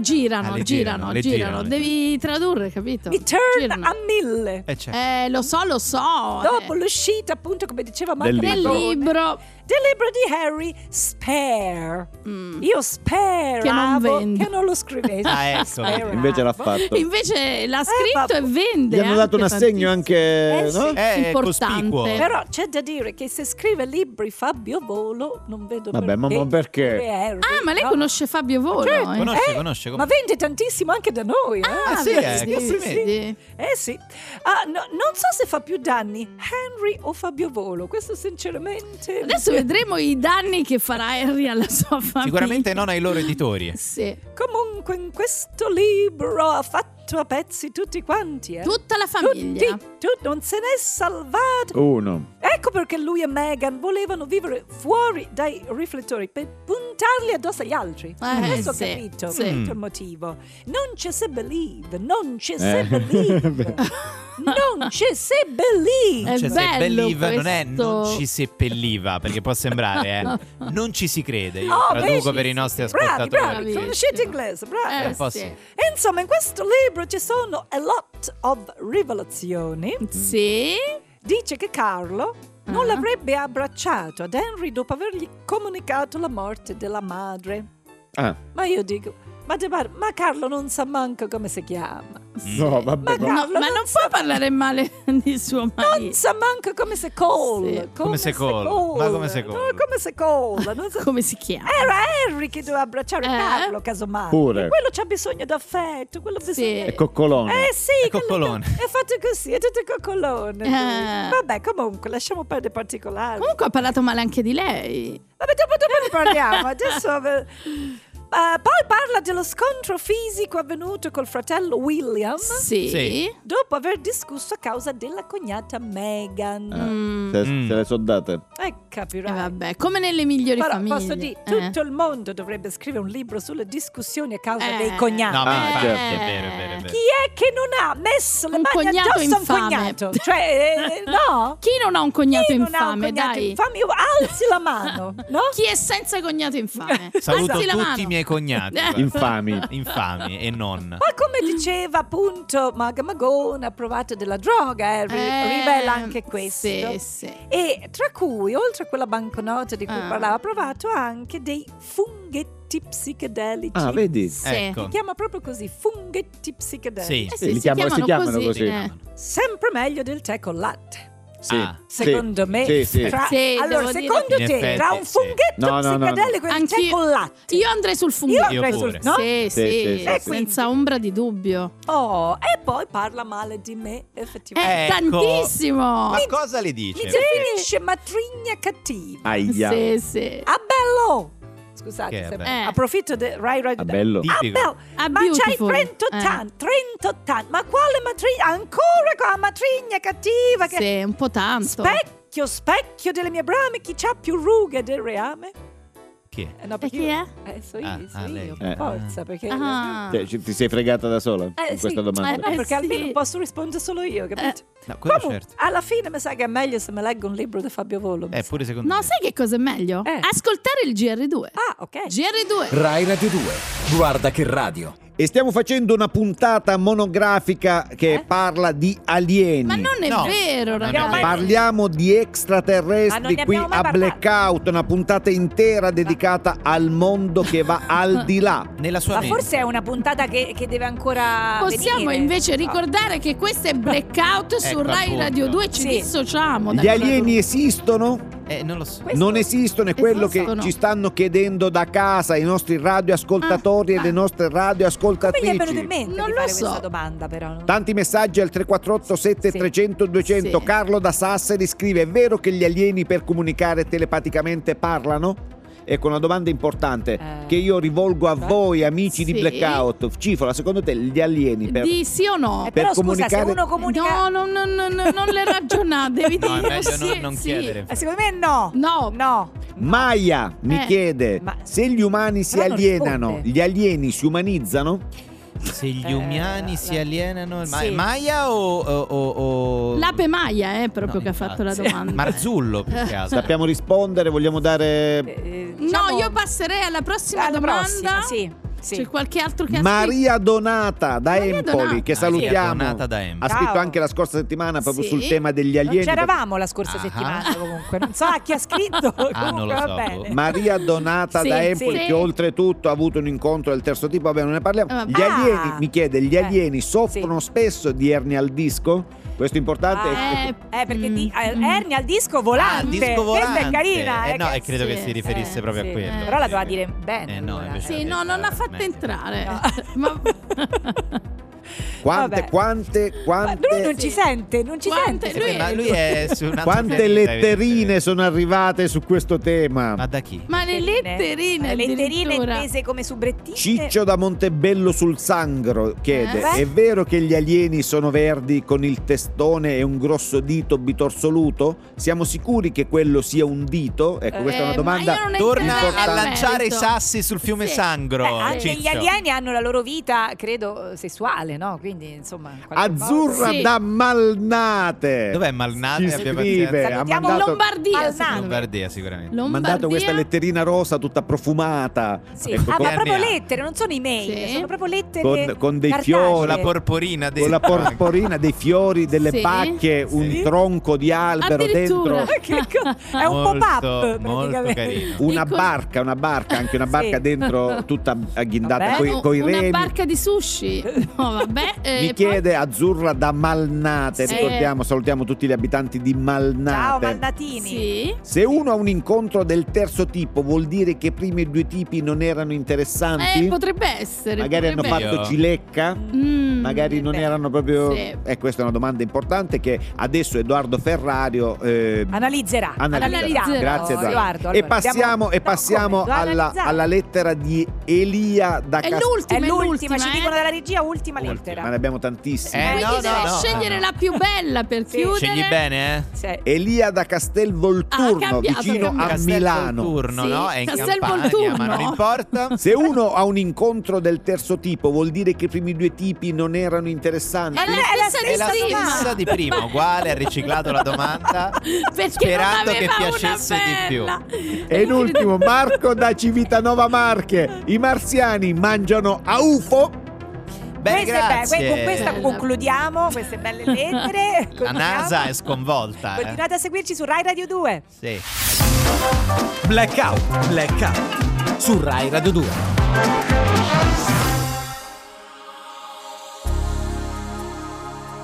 [SPEAKER 1] Ah,
[SPEAKER 3] girano,
[SPEAKER 1] le
[SPEAKER 3] girano,
[SPEAKER 1] girano, le
[SPEAKER 3] girano.
[SPEAKER 1] girano.
[SPEAKER 3] Devi tradurre, capito?
[SPEAKER 2] mi turn
[SPEAKER 3] Girano.
[SPEAKER 2] a mille.
[SPEAKER 1] Eh, certo.
[SPEAKER 3] Eh, lo so, lo so.
[SPEAKER 2] Dopo l'uscita, appunto, come diceva Marco
[SPEAKER 4] Del
[SPEAKER 3] Del
[SPEAKER 4] libro.
[SPEAKER 2] Magone,
[SPEAKER 3] libro.
[SPEAKER 2] del libro di Harry, Spare.
[SPEAKER 3] Mm.
[SPEAKER 2] Io speravo
[SPEAKER 3] Che non vende.
[SPEAKER 2] che non lo scrivessi.
[SPEAKER 1] Ah, ecco, vedi.
[SPEAKER 2] Speravo.
[SPEAKER 4] Invece l'ha fatto.
[SPEAKER 3] Invece
[SPEAKER 1] Eh,
[SPEAKER 3] l'ha scritto
[SPEAKER 2] ma-
[SPEAKER 3] e vende.
[SPEAKER 4] Gli hanno dato un
[SPEAKER 3] anche
[SPEAKER 4] assegno
[SPEAKER 3] tantissimo.
[SPEAKER 4] anche...
[SPEAKER 2] Eh,
[SPEAKER 4] no?
[SPEAKER 2] sì.
[SPEAKER 1] Eh, è
[SPEAKER 3] importante.
[SPEAKER 1] cospicuo.
[SPEAKER 2] Però c'è da dire che se scrive libri Fabio Volo non vedo
[SPEAKER 4] Vabbè,
[SPEAKER 2] perché.
[SPEAKER 4] ma- ma perché?
[SPEAKER 2] scrive Harry,
[SPEAKER 3] Ah, ma lei
[SPEAKER 2] no?
[SPEAKER 3] conosce Fabio Volo?
[SPEAKER 2] Certo.
[SPEAKER 3] eh?
[SPEAKER 1] Conosce,
[SPEAKER 2] Eh,
[SPEAKER 1] conosce. come-
[SPEAKER 2] Ma vende tantissimo anche da noi. eh?
[SPEAKER 1] Ah, sì, eh,
[SPEAKER 3] sì,
[SPEAKER 1] complimenti.
[SPEAKER 3] sì.
[SPEAKER 2] Eh sì. Ah, no, non so se fa più danni Henry o Fabio Volo. Questo sinceramente...
[SPEAKER 3] Adesso vedremo i danni che farà Harry alla sua famiglia.
[SPEAKER 1] Sicuramente non ai loro editori.
[SPEAKER 3] Sì.
[SPEAKER 2] Comunque in questo libro ha fatto a pezzi tutti quanti. Eh?
[SPEAKER 3] Tutta la
[SPEAKER 2] Tutti,
[SPEAKER 3] famiglia.
[SPEAKER 2] tu- non se n'è salvato.
[SPEAKER 4] Uno.
[SPEAKER 2] Ecco perché lui e Meghan volevano vivere fuori dai riflettori per puntarli addosso agli altri.
[SPEAKER 3] Eh,
[SPEAKER 2] Adesso
[SPEAKER 3] sì,
[SPEAKER 2] ho capito
[SPEAKER 3] sì.
[SPEAKER 1] Mm.
[SPEAKER 2] tutto il motivo. Non ci se believe, non ci se
[SPEAKER 4] Eh.
[SPEAKER 2] believe. non ci se believe.
[SPEAKER 3] È
[SPEAKER 1] Cioè,
[SPEAKER 3] bello
[SPEAKER 1] se believe non è
[SPEAKER 3] questo.
[SPEAKER 1] non ci seppelliva, perché può sembrare, eh. Non ci si crede. Io
[SPEAKER 2] Oh,
[SPEAKER 1] Eh, traduco
[SPEAKER 2] vedi?
[SPEAKER 1] per i nostri
[SPEAKER 2] Bravi,
[SPEAKER 1] ascoltatori.
[SPEAKER 2] bravi, conoscete
[SPEAKER 3] Bravissimo.
[SPEAKER 2] inglese, bravi.
[SPEAKER 3] Eh,
[SPEAKER 1] un po'
[SPEAKER 3] sì.
[SPEAKER 1] sì.
[SPEAKER 2] E Insomma, in questo libro ci sono a lot of rivelazioni.
[SPEAKER 3] Sì.
[SPEAKER 2] Dice che Carlo non
[SPEAKER 3] Ah.
[SPEAKER 2] l'avrebbe abbracciato ad Henry dopo avergli comunicato la morte della madre.
[SPEAKER 4] Ah,
[SPEAKER 2] Ma io dico, ma, De Bar- ma Carlo non sa manco come si chiama.
[SPEAKER 4] No,
[SPEAKER 2] Ma
[SPEAKER 4] vabbè. no.
[SPEAKER 3] No, ma non puoi parlare male di suo
[SPEAKER 2] Non
[SPEAKER 3] marito.
[SPEAKER 2] sa manca come se col.
[SPEAKER 3] Sì.
[SPEAKER 1] Come se col, ma come se col.
[SPEAKER 2] No, come se col. Non so- Eh,
[SPEAKER 3] Come si chiama?
[SPEAKER 2] Era Harry che doveva abbracciare
[SPEAKER 3] Eh?
[SPEAKER 2] Carlo, casomai.
[SPEAKER 4] Pure.
[SPEAKER 2] E quello c'ha bisogno d'affetto, quello ha bisogno.
[SPEAKER 4] È coccolone.
[SPEAKER 2] Eh sì,
[SPEAKER 1] È
[SPEAKER 2] quello-
[SPEAKER 1] coccolone.
[SPEAKER 2] È fatto così, è tutto coccolone. lui.
[SPEAKER 3] Eh.
[SPEAKER 2] Vabbè, comunque, lasciamo perdere i particolari.
[SPEAKER 3] Comunque ha parlato male anche di lei.
[SPEAKER 2] Vabbè, dopo, dopo ne parliamo. Adesso. eh, ma poi parla dello scontro fisico avvenuto col fratello William
[SPEAKER 3] Sì.
[SPEAKER 1] Sì.
[SPEAKER 2] dopo aver discusso a causa della cognata Meghan.
[SPEAKER 3] Mm,
[SPEAKER 4] Se,
[SPEAKER 1] Mm.
[SPEAKER 4] se le so date.
[SPEAKER 2] Eh,
[SPEAKER 3] eh,
[SPEAKER 2] capirai.
[SPEAKER 3] vabbè, come nelle migliori
[SPEAKER 2] Però
[SPEAKER 3] famiglie.
[SPEAKER 2] posso dire,
[SPEAKER 3] eh.
[SPEAKER 2] tutto il mondo dovrebbe scrivere un libro sulle discussioni a causa
[SPEAKER 3] Eh.
[SPEAKER 2] dei cognati.
[SPEAKER 1] No, ma
[SPEAKER 4] Ah,
[SPEAKER 1] infatti,
[SPEAKER 4] certo.
[SPEAKER 1] è vero, è vero, è vero.
[SPEAKER 2] Chi è che non ha messo le
[SPEAKER 3] Un
[SPEAKER 2] mani
[SPEAKER 3] cognato
[SPEAKER 2] addosso a un
[SPEAKER 3] infame.
[SPEAKER 2] cognato? Cioè, eh, no?
[SPEAKER 3] Chi non ha un cognato
[SPEAKER 2] Chi non ha un
[SPEAKER 3] infame,
[SPEAKER 2] cognato
[SPEAKER 3] dai.
[SPEAKER 2] infame? Io alzi la mano, no?
[SPEAKER 3] Chi è senza cognato infame?
[SPEAKER 1] Saluto
[SPEAKER 3] Alzi la
[SPEAKER 1] tutti
[SPEAKER 3] mano.
[SPEAKER 1] i miei cognati.
[SPEAKER 3] Eh.
[SPEAKER 1] guarda.
[SPEAKER 4] Infami.
[SPEAKER 1] Infami e non.
[SPEAKER 2] Poi come diceva appunto Maga Magone, ha provato della droga, Harry,
[SPEAKER 3] Eh,
[SPEAKER 2] rivela anche questo.
[SPEAKER 3] Sì, Eh, sì.
[SPEAKER 2] E tra cui, oltre a quella banconota di cui
[SPEAKER 3] Ah.
[SPEAKER 2] parlava, ha provato anche dei funghetti psichedelici.
[SPEAKER 4] Ah, vedi?
[SPEAKER 3] Sì.
[SPEAKER 1] Ecco.
[SPEAKER 2] Si chiama proprio così, funghetti psichedelici.
[SPEAKER 1] Sì.
[SPEAKER 3] Eh
[SPEAKER 4] Sì,
[SPEAKER 3] sì,
[SPEAKER 4] li
[SPEAKER 3] si
[SPEAKER 4] chiamano- si
[SPEAKER 3] chiamano,
[SPEAKER 4] chiamano
[SPEAKER 3] così.
[SPEAKER 4] così.
[SPEAKER 3] eh.
[SPEAKER 2] Sempre meglio del tè col latte.
[SPEAKER 4] Sì.
[SPEAKER 1] Ah.
[SPEAKER 4] Sì.
[SPEAKER 2] Secondo me,
[SPEAKER 4] Sì, sì.
[SPEAKER 2] tra-
[SPEAKER 3] Sì,
[SPEAKER 2] allora,
[SPEAKER 3] devo dire
[SPEAKER 2] secondo
[SPEAKER 1] sì.
[SPEAKER 2] te,
[SPEAKER 1] In
[SPEAKER 2] tra
[SPEAKER 1] effetti,
[SPEAKER 2] un
[SPEAKER 1] sì.
[SPEAKER 2] funghetto
[SPEAKER 4] No, no, no, no.
[SPEAKER 2] psichedelico e il tè
[SPEAKER 3] Anch'io-
[SPEAKER 2] col latte.
[SPEAKER 3] Io andrei sul
[SPEAKER 2] Io
[SPEAKER 3] funghetto.
[SPEAKER 1] Io
[SPEAKER 2] avrei sul-
[SPEAKER 1] pure.
[SPEAKER 2] no?
[SPEAKER 3] Sì,
[SPEAKER 4] Sì, sì,
[SPEAKER 3] sì,
[SPEAKER 4] sì,
[SPEAKER 2] sì.
[SPEAKER 3] senza ombra di dubbio.
[SPEAKER 2] Oh, e poi parla male di me,
[SPEAKER 3] Eh,
[SPEAKER 2] effettivamente.
[SPEAKER 1] Ecco.
[SPEAKER 3] tantissimo.
[SPEAKER 1] Ma cosa le dice?
[SPEAKER 2] Mi definisce matrigna cattiva.
[SPEAKER 4] Aia.
[SPEAKER 3] Sì, sì.
[SPEAKER 2] A bello! Scusate,
[SPEAKER 1] Che
[SPEAKER 2] se-
[SPEAKER 1] bello.
[SPEAKER 3] Eh.
[SPEAKER 2] approfitto del Rai Rai.
[SPEAKER 4] Ah, bello.
[SPEAKER 1] Di-
[SPEAKER 2] Ah,
[SPEAKER 1] Tipico.
[SPEAKER 2] bello.
[SPEAKER 3] Ah,
[SPEAKER 2] ma c'hai
[SPEAKER 3] beautiful. Eh.
[SPEAKER 2] 30-80, 30-80, ma quale matrigna? Ancora con la matrigna cattiva che...
[SPEAKER 3] Sì, un po' tanto.
[SPEAKER 2] Specchio, specchio delle mie brame, chi c'ha più rughe del reame?
[SPEAKER 1] Che?
[SPEAKER 2] Eh, no,
[SPEAKER 3] E
[SPEAKER 2] perché
[SPEAKER 3] chi
[SPEAKER 2] io-
[SPEAKER 3] è?
[SPEAKER 2] Eh, so
[SPEAKER 1] Ah,
[SPEAKER 2] io, so
[SPEAKER 1] ah,
[SPEAKER 2] io,
[SPEAKER 1] lei.
[SPEAKER 2] per
[SPEAKER 4] Eh.
[SPEAKER 2] forza, perché...
[SPEAKER 3] Ah.
[SPEAKER 4] Cioè, ci- ti sei fregata da sola
[SPEAKER 2] Eh,
[SPEAKER 4] con
[SPEAKER 2] sì.
[SPEAKER 4] questa
[SPEAKER 2] Eh, no,
[SPEAKER 4] domanda.
[SPEAKER 3] Eh,
[SPEAKER 2] perché almeno
[SPEAKER 3] sì.
[SPEAKER 2] posso rispondere solo io, capito?
[SPEAKER 1] No, quello
[SPEAKER 2] Comunque,
[SPEAKER 1] certo.
[SPEAKER 2] alla fine mi sa che è meglio se mi leggo un libro di Fabio Volo. mi
[SPEAKER 1] Eh,
[SPEAKER 2] sa.
[SPEAKER 1] pure secondo
[SPEAKER 3] No,
[SPEAKER 1] me.
[SPEAKER 3] sai che cosa è meglio?
[SPEAKER 2] Eh.
[SPEAKER 3] Ascoltare il GR2.
[SPEAKER 2] Ah, ok.
[SPEAKER 3] GR2.
[SPEAKER 5] Rai Radio 2. Guarda che radio.
[SPEAKER 4] E stiamo facendo una puntata monografica che
[SPEAKER 2] Eh?
[SPEAKER 4] parla di alieni.
[SPEAKER 3] Ma non è
[SPEAKER 1] No.
[SPEAKER 3] vero,
[SPEAKER 1] Non è
[SPEAKER 3] ragazzi.
[SPEAKER 1] vero.
[SPEAKER 4] Parliamo di
[SPEAKER 2] Ma non
[SPEAKER 4] extraterrestri
[SPEAKER 2] ne
[SPEAKER 4] qui a
[SPEAKER 2] abbiamo mai parlato.
[SPEAKER 4] Blackout, una puntata intera dedicata al mondo che va al di là.
[SPEAKER 1] Nella sua
[SPEAKER 2] Ma
[SPEAKER 1] mente.
[SPEAKER 2] forse è una puntata che, che deve ancora
[SPEAKER 3] Possiamo
[SPEAKER 2] Ah, venire.
[SPEAKER 3] invece ricordare che questo è Blackout su
[SPEAKER 1] Ecco,
[SPEAKER 3] Rai
[SPEAKER 1] appunto.
[SPEAKER 3] Radio 2 ci
[SPEAKER 2] Sì.
[SPEAKER 3] dissociamo.
[SPEAKER 4] Gli
[SPEAKER 3] da-
[SPEAKER 4] alieni esistono?
[SPEAKER 1] Eh, non lo so.
[SPEAKER 2] Questo-
[SPEAKER 4] non esistono, è quello che
[SPEAKER 3] Esistono.
[SPEAKER 4] ci stanno chiedendo da casa i nostri radioascoltatori
[SPEAKER 3] Ah,
[SPEAKER 4] e le
[SPEAKER 3] ah.
[SPEAKER 4] nostre
[SPEAKER 2] Come gli è
[SPEAKER 4] radioascoltatrici.
[SPEAKER 2] venuto in mente
[SPEAKER 3] Non
[SPEAKER 2] di
[SPEAKER 3] lo
[SPEAKER 2] fare
[SPEAKER 3] so.
[SPEAKER 2] questa domanda però? no?
[SPEAKER 4] Tanti messaggi al 348 7300 200
[SPEAKER 3] Sì.
[SPEAKER 4] Carlo da Sassari scrive: È vero che gli alieni per comunicare telepaticamente parlano? Ecco una domanda importante
[SPEAKER 2] Eh.
[SPEAKER 4] che io rivolgo a
[SPEAKER 2] Beh.
[SPEAKER 4] voi, amici di
[SPEAKER 3] Sì.
[SPEAKER 4] Blackout. Cifola, secondo te gli alieni per.
[SPEAKER 3] Di sì o no?
[SPEAKER 2] Eh, però
[SPEAKER 4] per
[SPEAKER 2] scusa,
[SPEAKER 4] comunicare-
[SPEAKER 2] se uno comunica...
[SPEAKER 3] No, no, no, no, no, non le ragionate, devi
[SPEAKER 1] No, è
[SPEAKER 3] dire
[SPEAKER 1] meglio
[SPEAKER 3] sì,
[SPEAKER 1] non, non
[SPEAKER 3] sì.
[SPEAKER 1] chiedere.
[SPEAKER 2] Eh, secondo me no.
[SPEAKER 3] No.
[SPEAKER 2] No.
[SPEAKER 4] Maya mi
[SPEAKER 3] Eh.
[SPEAKER 4] chiede:
[SPEAKER 2] Ma-
[SPEAKER 4] se gli umani si
[SPEAKER 2] Però non
[SPEAKER 4] alienano,
[SPEAKER 2] risponde.
[SPEAKER 4] gli alieni si umanizzano?
[SPEAKER 1] Se gli
[SPEAKER 2] Eh,
[SPEAKER 1] umani
[SPEAKER 2] la-
[SPEAKER 1] si alienano. Ma-
[SPEAKER 2] Sì.
[SPEAKER 1] Maya o. o, o, o...
[SPEAKER 3] L'ape Maia, eh, proprio
[SPEAKER 1] No,
[SPEAKER 3] che ha fatto la
[SPEAKER 1] infatti.
[SPEAKER 3] domanda.
[SPEAKER 1] Marzullo più che altro.
[SPEAKER 4] Sappiamo rispondere, vogliamo dare.
[SPEAKER 2] Eh,
[SPEAKER 3] No,
[SPEAKER 2] diciamo-
[SPEAKER 3] io passerei alla prossima
[SPEAKER 2] alla
[SPEAKER 3] domanda.
[SPEAKER 2] prossima, sì, sì.
[SPEAKER 3] C'è qualche altro che ha scritto?
[SPEAKER 4] Maria Donata da
[SPEAKER 3] Maria
[SPEAKER 4] Empoli,
[SPEAKER 3] Donata.
[SPEAKER 4] che
[SPEAKER 1] Maria
[SPEAKER 4] salutiamo.
[SPEAKER 1] Ah, Donata da Empoli.
[SPEAKER 4] Ha scritto
[SPEAKER 2] Ciao.
[SPEAKER 4] anche la scorsa settimana proprio
[SPEAKER 3] Sì.
[SPEAKER 4] sul tema degli alieni.
[SPEAKER 2] Non c'eravamo la scorsa
[SPEAKER 1] Ah.
[SPEAKER 2] settimana comunque, non so a chi ha scritto.
[SPEAKER 1] Ah, non lo
[SPEAKER 2] comunque, va
[SPEAKER 1] so,
[SPEAKER 2] bene.
[SPEAKER 1] boh.
[SPEAKER 4] Maria Donata
[SPEAKER 3] Sì,
[SPEAKER 4] da Empoli,
[SPEAKER 3] sì.
[SPEAKER 4] che oltretutto ha avuto un incontro del terzo tipo, vabbè, non ne parliamo.
[SPEAKER 3] Eh, vabbè.
[SPEAKER 4] Gli
[SPEAKER 2] Ah.
[SPEAKER 4] alieni, mi chiede, gli
[SPEAKER 2] Eh,
[SPEAKER 4] alieni soffrono spesso di ernia al disco? Questo è importante.
[SPEAKER 2] Ah,
[SPEAKER 3] Eh,
[SPEAKER 2] eh, perché
[SPEAKER 3] mm,
[SPEAKER 2] di, eh,
[SPEAKER 3] mm.
[SPEAKER 2] Ernia al disco volante.
[SPEAKER 1] Ah, disco volante.
[SPEAKER 2] Questa è carina.
[SPEAKER 1] Eh, no,
[SPEAKER 2] che-
[SPEAKER 1] e credo che
[SPEAKER 3] sì,
[SPEAKER 1] si riferisse
[SPEAKER 3] eh,
[SPEAKER 1] proprio
[SPEAKER 2] sì.
[SPEAKER 1] a quello.
[SPEAKER 2] Però la doveva dire bene.
[SPEAKER 1] Eh, no,
[SPEAKER 2] allora,
[SPEAKER 1] invece-
[SPEAKER 3] Sì, no, non l'ha fatta entrare.
[SPEAKER 2] No.
[SPEAKER 3] Ma
[SPEAKER 4] Quante,
[SPEAKER 2] vabbè.
[SPEAKER 4] quante,
[SPEAKER 2] Ma
[SPEAKER 4] quante,
[SPEAKER 2] lui non ci
[SPEAKER 3] Sì.
[SPEAKER 2] sente, non ci
[SPEAKER 3] Quante-
[SPEAKER 2] sente.
[SPEAKER 1] Eh, beh, ma lui è su un altro
[SPEAKER 4] quante
[SPEAKER 1] pianeta,
[SPEAKER 4] letterine
[SPEAKER 1] evidentemente.
[SPEAKER 4] sono arrivate su questo tema?
[SPEAKER 1] Ma da chi?
[SPEAKER 3] Ma le
[SPEAKER 2] Le
[SPEAKER 3] letterine,
[SPEAKER 2] letterine
[SPEAKER 3] addirittura.
[SPEAKER 2] intese come subrettine.
[SPEAKER 4] Ciccio da Montebello sul Sangro chiede:
[SPEAKER 2] Eh?
[SPEAKER 4] È vero che gli alieni sono verdi con il testone e un grosso dito bitorsoluto? Siamo sicuri che quello sia un dito? Ecco, questa è una
[SPEAKER 3] Eh, ma
[SPEAKER 4] domanda.
[SPEAKER 3] io non
[SPEAKER 1] Torna
[SPEAKER 3] entrerei
[SPEAKER 1] a
[SPEAKER 3] nel
[SPEAKER 1] lanciare i
[SPEAKER 3] merito.
[SPEAKER 1] sassi sul fiume
[SPEAKER 3] Sì.
[SPEAKER 1] Sangro.
[SPEAKER 2] Beh, anche
[SPEAKER 1] Ciccio.
[SPEAKER 2] gli alieni hanno la loro vita, credo, sessuale, no? Quindi, insomma, in qualche modo-
[SPEAKER 4] Azzurra
[SPEAKER 3] Sì.
[SPEAKER 4] da Malnate.
[SPEAKER 1] Dov'è Malnate?
[SPEAKER 4] Ci
[SPEAKER 1] Abbia
[SPEAKER 4] scrive,
[SPEAKER 1] pazienza.
[SPEAKER 4] ha
[SPEAKER 2] Salutiamo
[SPEAKER 4] mandato,
[SPEAKER 3] Lombardia,
[SPEAKER 2] Al
[SPEAKER 3] secondo me.
[SPEAKER 1] Lombardia sicuramente.
[SPEAKER 4] ha
[SPEAKER 3] Lombardia.
[SPEAKER 4] mandato questa letterina rosa tutta profumata.
[SPEAKER 2] Sì.
[SPEAKER 4] Ecco,
[SPEAKER 2] ah,
[SPEAKER 4] con,
[SPEAKER 2] ma proprio
[SPEAKER 1] DNA.
[SPEAKER 2] lettere, non sono email,
[SPEAKER 3] Sì.
[SPEAKER 2] sono proprio lettere
[SPEAKER 4] con- con dei
[SPEAKER 2] cartacee.
[SPEAKER 4] fiori,
[SPEAKER 1] Con la porporina
[SPEAKER 4] con la
[SPEAKER 1] dentro.
[SPEAKER 4] porporina, dei fiori, delle
[SPEAKER 3] Sì.
[SPEAKER 4] pacche, un
[SPEAKER 1] Sì.
[SPEAKER 4] tronco di albero
[SPEAKER 3] Addirittura.
[SPEAKER 4] dentro.
[SPEAKER 2] Che co- è un
[SPEAKER 1] Molto,
[SPEAKER 2] pop-up
[SPEAKER 1] molto
[SPEAKER 2] praticamente.
[SPEAKER 1] carino.
[SPEAKER 4] Una
[SPEAKER 3] E con-
[SPEAKER 4] barca, una barca, anche una
[SPEAKER 2] Sì.
[SPEAKER 4] barca dentro tutta
[SPEAKER 2] Vabbè.
[SPEAKER 4] agghindata
[SPEAKER 3] Eh,
[SPEAKER 4] coi, coi
[SPEAKER 3] una
[SPEAKER 4] remi.
[SPEAKER 3] barca di sushi. No, Vabbè, eh,
[SPEAKER 4] Mi
[SPEAKER 3] poi-
[SPEAKER 4] chiede Azzurra da Malnate,
[SPEAKER 3] Sì.
[SPEAKER 4] ricordiamo, salutiamo tutti gli abitanti di
[SPEAKER 2] Ciao
[SPEAKER 4] Malnate.
[SPEAKER 2] Malnatini.
[SPEAKER 3] Sì.
[SPEAKER 4] Se uno ha un incontro del terzo tipo, vuol dire che i primi due tipi non erano interessanti?
[SPEAKER 3] Eh, potrebbe essere.
[SPEAKER 4] magari hanno
[SPEAKER 3] potrebbe-
[SPEAKER 4] fatto
[SPEAKER 1] Io.
[SPEAKER 4] cilecca?
[SPEAKER 3] Mm.
[SPEAKER 4] Magari non
[SPEAKER 2] beh,
[SPEAKER 4] erano proprio...
[SPEAKER 3] sì.
[SPEAKER 4] Eh, questa è una domanda importante che adesso Edoardo Ferrario... eh,
[SPEAKER 2] Analizzerà.
[SPEAKER 4] Analizzerà.
[SPEAKER 3] Analizzerà.
[SPEAKER 2] Edoardo.
[SPEAKER 4] Grazie, Edoardo.
[SPEAKER 2] Edoardo,
[SPEAKER 4] E
[SPEAKER 2] allora,
[SPEAKER 4] passiamo,
[SPEAKER 2] abbiamo-
[SPEAKER 4] e
[SPEAKER 2] no,
[SPEAKER 4] passiamo
[SPEAKER 2] come? Lo
[SPEAKER 4] alla,
[SPEAKER 2] analizzare.
[SPEAKER 4] alla lettera di Elia da
[SPEAKER 3] È
[SPEAKER 4] Castel-
[SPEAKER 2] È
[SPEAKER 3] l'ultima, è
[SPEAKER 2] l'ultima,
[SPEAKER 3] l'ultima.
[SPEAKER 2] ci
[SPEAKER 3] eh.
[SPEAKER 2] dicono dalla regia, ultima,
[SPEAKER 1] Ultima.
[SPEAKER 4] Ma
[SPEAKER 2] lettera.
[SPEAKER 4] ne abbiamo tantissime.
[SPEAKER 1] Eh,
[SPEAKER 3] Quindi
[SPEAKER 1] no, no,
[SPEAKER 3] deve
[SPEAKER 1] no.
[SPEAKER 3] scegliere
[SPEAKER 1] Ah, no.
[SPEAKER 3] la più bella per
[SPEAKER 2] Sì.
[SPEAKER 3] chiudere.
[SPEAKER 1] Scegli bene, eh?
[SPEAKER 2] Sì.
[SPEAKER 4] Elia da Castel
[SPEAKER 3] Ah, ha
[SPEAKER 4] Volturno,
[SPEAKER 3] cambiato, ha
[SPEAKER 4] vicino a
[SPEAKER 3] cambiato.
[SPEAKER 1] Castel
[SPEAKER 4] Milano.
[SPEAKER 1] Volturno,
[SPEAKER 3] Sì,
[SPEAKER 1] no? È in
[SPEAKER 3] Castel
[SPEAKER 1] Campania,
[SPEAKER 3] Volturno.
[SPEAKER 1] ma non importa.
[SPEAKER 4] Se uno ha un incontro del terzo tipo, vuol dire che i primi due tipi non erano interessanti?
[SPEAKER 3] È la stessa
[SPEAKER 1] È la
[SPEAKER 3] di prima.
[SPEAKER 1] stessa di prima, uguale, ha riciclato la domanda,
[SPEAKER 3] Perché
[SPEAKER 1] sperando
[SPEAKER 3] non aveva
[SPEAKER 1] che piacesse
[SPEAKER 3] una
[SPEAKER 1] di più.
[SPEAKER 3] bella.
[SPEAKER 4] E in ultimo, Marco da Civitanova Marche. I marziani mangiano a UFO.
[SPEAKER 1] Bene,
[SPEAKER 2] Queste be-
[SPEAKER 1] grazie.
[SPEAKER 2] que- con questa
[SPEAKER 3] Bella.
[SPEAKER 2] concludiamo queste belle lettere.
[SPEAKER 1] La NASA è sconvolta. eh.
[SPEAKER 2] Continuate a seguirci su Rai Radio 2.
[SPEAKER 1] Sì.
[SPEAKER 5] Blackout, blackout su Rai Radio 2.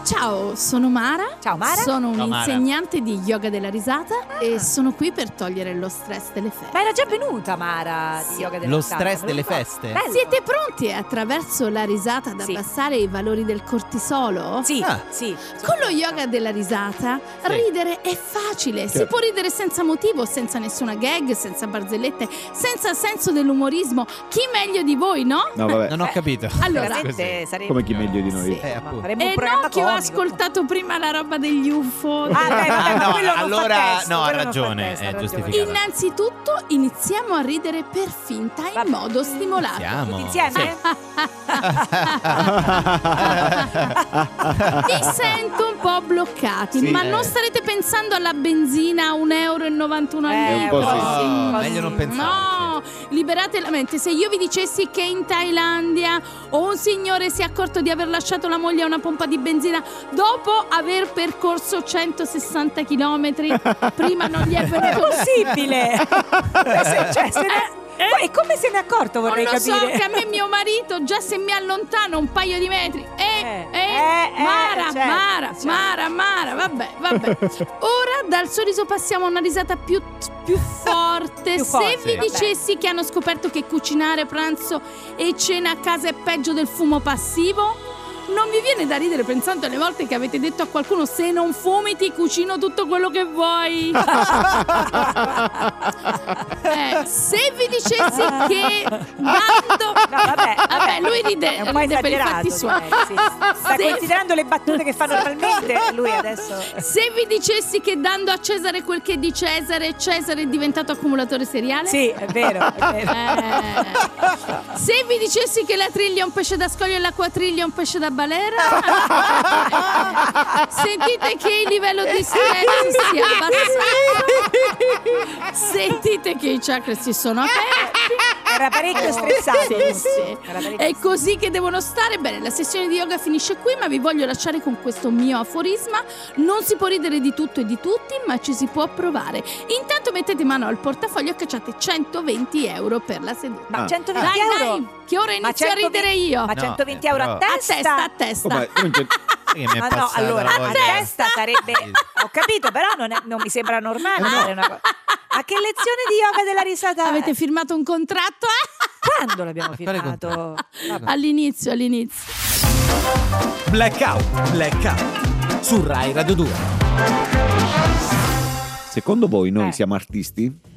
[SPEAKER 3] Ciao, sono Mara. Ah.
[SPEAKER 2] Ciao, Mara.
[SPEAKER 3] Sono
[SPEAKER 1] Ciao, Mara.
[SPEAKER 3] un'insegnante di yoga della risata e sono qui per togliere lo stress delle
[SPEAKER 2] Ma
[SPEAKER 3] ferie.
[SPEAKER 2] era già venuta Mara di
[SPEAKER 3] Sì.
[SPEAKER 2] Yoga della
[SPEAKER 1] Lo
[SPEAKER 2] Stanza,
[SPEAKER 1] stress
[SPEAKER 2] me lo
[SPEAKER 1] delle
[SPEAKER 2] ricordo.
[SPEAKER 1] feste?
[SPEAKER 2] Bello.
[SPEAKER 3] Siete pronti attraverso la risata ad
[SPEAKER 2] Sì.
[SPEAKER 3] abbassare i valori del cortisolo?
[SPEAKER 2] Sì,
[SPEAKER 1] Ah.
[SPEAKER 2] sì.
[SPEAKER 3] Con lo yoga della risata,
[SPEAKER 1] Sì.
[SPEAKER 3] ridere è facile. Si
[SPEAKER 4] Certo.
[SPEAKER 3] può ridere senza motivo, senza nessuna gag, senza barzellette, senza senso dell'umorismo. Chi meglio di voi, no?
[SPEAKER 4] No, vabbè.
[SPEAKER 1] Eh,
[SPEAKER 2] Eh,
[SPEAKER 1] Non ho capito.
[SPEAKER 3] Allora-
[SPEAKER 2] Veramente sarebbe
[SPEAKER 4] Come chi meglio di noi.
[SPEAKER 3] Sì.
[SPEAKER 1] Eh, appunto.
[SPEAKER 2] faremmo un
[SPEAKER 3] E
[SPEAKER 2] programma
[SPEAKER 3] no, che ho
[SPEAKER 2] comico.
[SPEAKER 3] ascoltato prima la roba degli UFO.
[SPEAKER 2] Ah, dai, vabbè, ma
[SPEAKER 1] Ah, no,
[SPEAKER 2] quello non fa
[SPEAKER 1] allora-
[SPEAKER 2] testo,
[SPEAKER 1] no, ha
[SPEAKER 2] quello non fa
[SPEAKER 1] ragione,
[SPEAKER 2] testo,
[SPEAKER 1] è
[SPEAKER 2] ha ragione.
[SPEAKER 1] giustificato.
[SPEAKER 3] Innanzitutto iniziamo a ridere per finta in
[SPEAKER 2] Vabbè.
[SPEAKER 3] modo stimolante.
[SPEAKER 1] Siamo.
[SPEAKER 2] Tutti insieme? Ah,
[SPEAKER 3] Vi sento un po' bloccati,
[SPEAKER 4] Sì,
[SPEAKER 3] ma
[SPEAKER 1] eh.
[SPEAKER 3] non starete pensando alla benzina a 1,91 euro
[SPEAKER 2] Eh,
[SPEAKER 3] al
[SPEAKER 4] un po'
[SPEAKER 3] litro?
[SPEAKER 4] sì.
[SPEAKER 1] No,
[SPEAKER 2] Sì, così.
[SPEAKER 1] meglio non pensare.
[SPEAKER 3] No, liberate la mente. Se io vi dicessi che in Thailandia o un signore si è accorto di aver lasciato la moglie a una pompa di benzina dopo aver percorso 160 km, prima non gli è
[SPEAKER 2] Non è
[SPEAKER 3] venuto
[SPEAKER 2] possibile. Eh, se- cioè, se ne-
[SPEAKER 3] Eh, eh.
[SPEAKER 2] E come se ne è accorto Certo, vorrei
[SPEAKER 3] non Oh, lo so
[SPEAKER 2] capire.
[SPEAKER 3] che a me mio marito già se mi allontano un paio di metri eh,
[SPEAKER 2] Eh,
[SPEAKER 3] eh,
[SPEAKER 2] eh, eh,
[SPEAKER 3] Mara,
[SPEAKER 2] certo,
[SPEAKER 3] Mara,
[SPEAKER 2] certo.
[SPEAKER 3] Mara, Mara vabbè, vabbè ora dal sorriso passiamo a una risata più, più forte
[SPEAKER 2] Più
[SPEAKER 3] se
[SPEAKER 2] forte,
[SPEAKER 3] vi
[SPEAKER 2] vabbè.
[SPEAKER 3] dicessi che hanno scoperto che cucinare pranzo e cena a casa è peggio del fumo passivo non vi viene da ridere pensando alle volte che avete detto a qualcuno se non fumi ti cucino tutto quello che vuoi eh, se vi dicessi che
[SPEAKER 2] No,
[SPEAKER 3] dando...
[SPEAKER 2] vabbè,
[SPEAKER 3] Vabbè, lui ride,
[SPEAKER 2] È un po'
[SPEAKER 3] ride per i fatti
[SPEAKER 2] esagerato,
[SPEAKER 3] suoi.
[SPEAKER 2] direi, sì. Sta
[SPEAKER 3] Sì.
[SPEAKER 2] considerando le battute che fa normalmente. Lui adesso.
[SPEAKER 3] Se vi dicessi che dando a Cesare quel che è di Cesare, Cesare è diventato accumulatore seriale?
[SPEAKER 2] Sì, è vero, è vero.
[SPEAKER 3] Eh, se vi dicessi che la triglia è un pesce da scoglio e la quadriglia è un pesce da balera, eh, sentite che il livello di stress si è abbassato, sentite che i chakra si sono aperti.
[SPEAKER 2] Era parecchio stressato.
[SPEAKER 3] Sì, sì.
[SPEAKER 2] Era parecchio
[SPEAKER 3] È così che devono stare. Bene, la sessione di yoga finisce qui, ma vi voglio lasciare con questo mio aforisma. Non si può ridere di tutto e di tutti, ma ci si può provare. Intanto mettete mano al portafoglio e cacciate 120 euro per la seduta.
[SPEAKER 2] Ma
[SPEAKER 4] Ah.
[SPEAKER 2] 120
[SPEAKER 3] Dai,
[SPEAKER 2] euro?
[SPEAKER 3] dai, che ora
[SPEAKER 2] Ma
[SPEAKER 3] inizio a
[SPEAKER 2] 120
[SPEAKER 3] ridere io.
[SPEAKER 2] Ma
[SPEAKER 3] A
[SPEAKER 1] No,
[SPEAKER 2] 120
[SPEAKER 1] eh,
[SPEAKER 2] euro a
[SPEAKER 1] però-
[SPEAKER 2] testa?
[SPEAKER 3] testa, a testa.
[SPEAKER 1] Oh,
[SPEAKER 4] Come- non c'è-
[SPEAKER 1] Che mi è
[SPEAKER 2] Ma no,
[SPEAKER 1] passata
[SPEAKER 2] allora,
[SPEAKER 1] la
[SPEAKER 2] a
[SPEAKER 1] voglia.
[SPEAKER 2] testa sarebbe... Ho capito, però non, è- non mi sembra normale fare una cosa. A che lezione di yoga della risata?
[SPEAKER 3] Avete firmato un contratto? eh?
[SPEAKER 2] Quando l'abbiamo
[SPEAKER 1] Ma quale
[SPEAKER 2] firmato?
[SPEAKER 1] Ah.
[SPEAKER 3] All'inizio, all'inizio.
[SPEAKER 5] Blackout, blackout su Rai Radio 2.
[SPEAKER 4] Secondo voi noi
[SPEAKER 2] Eh.
[SPEAKER 4] siamo artisti?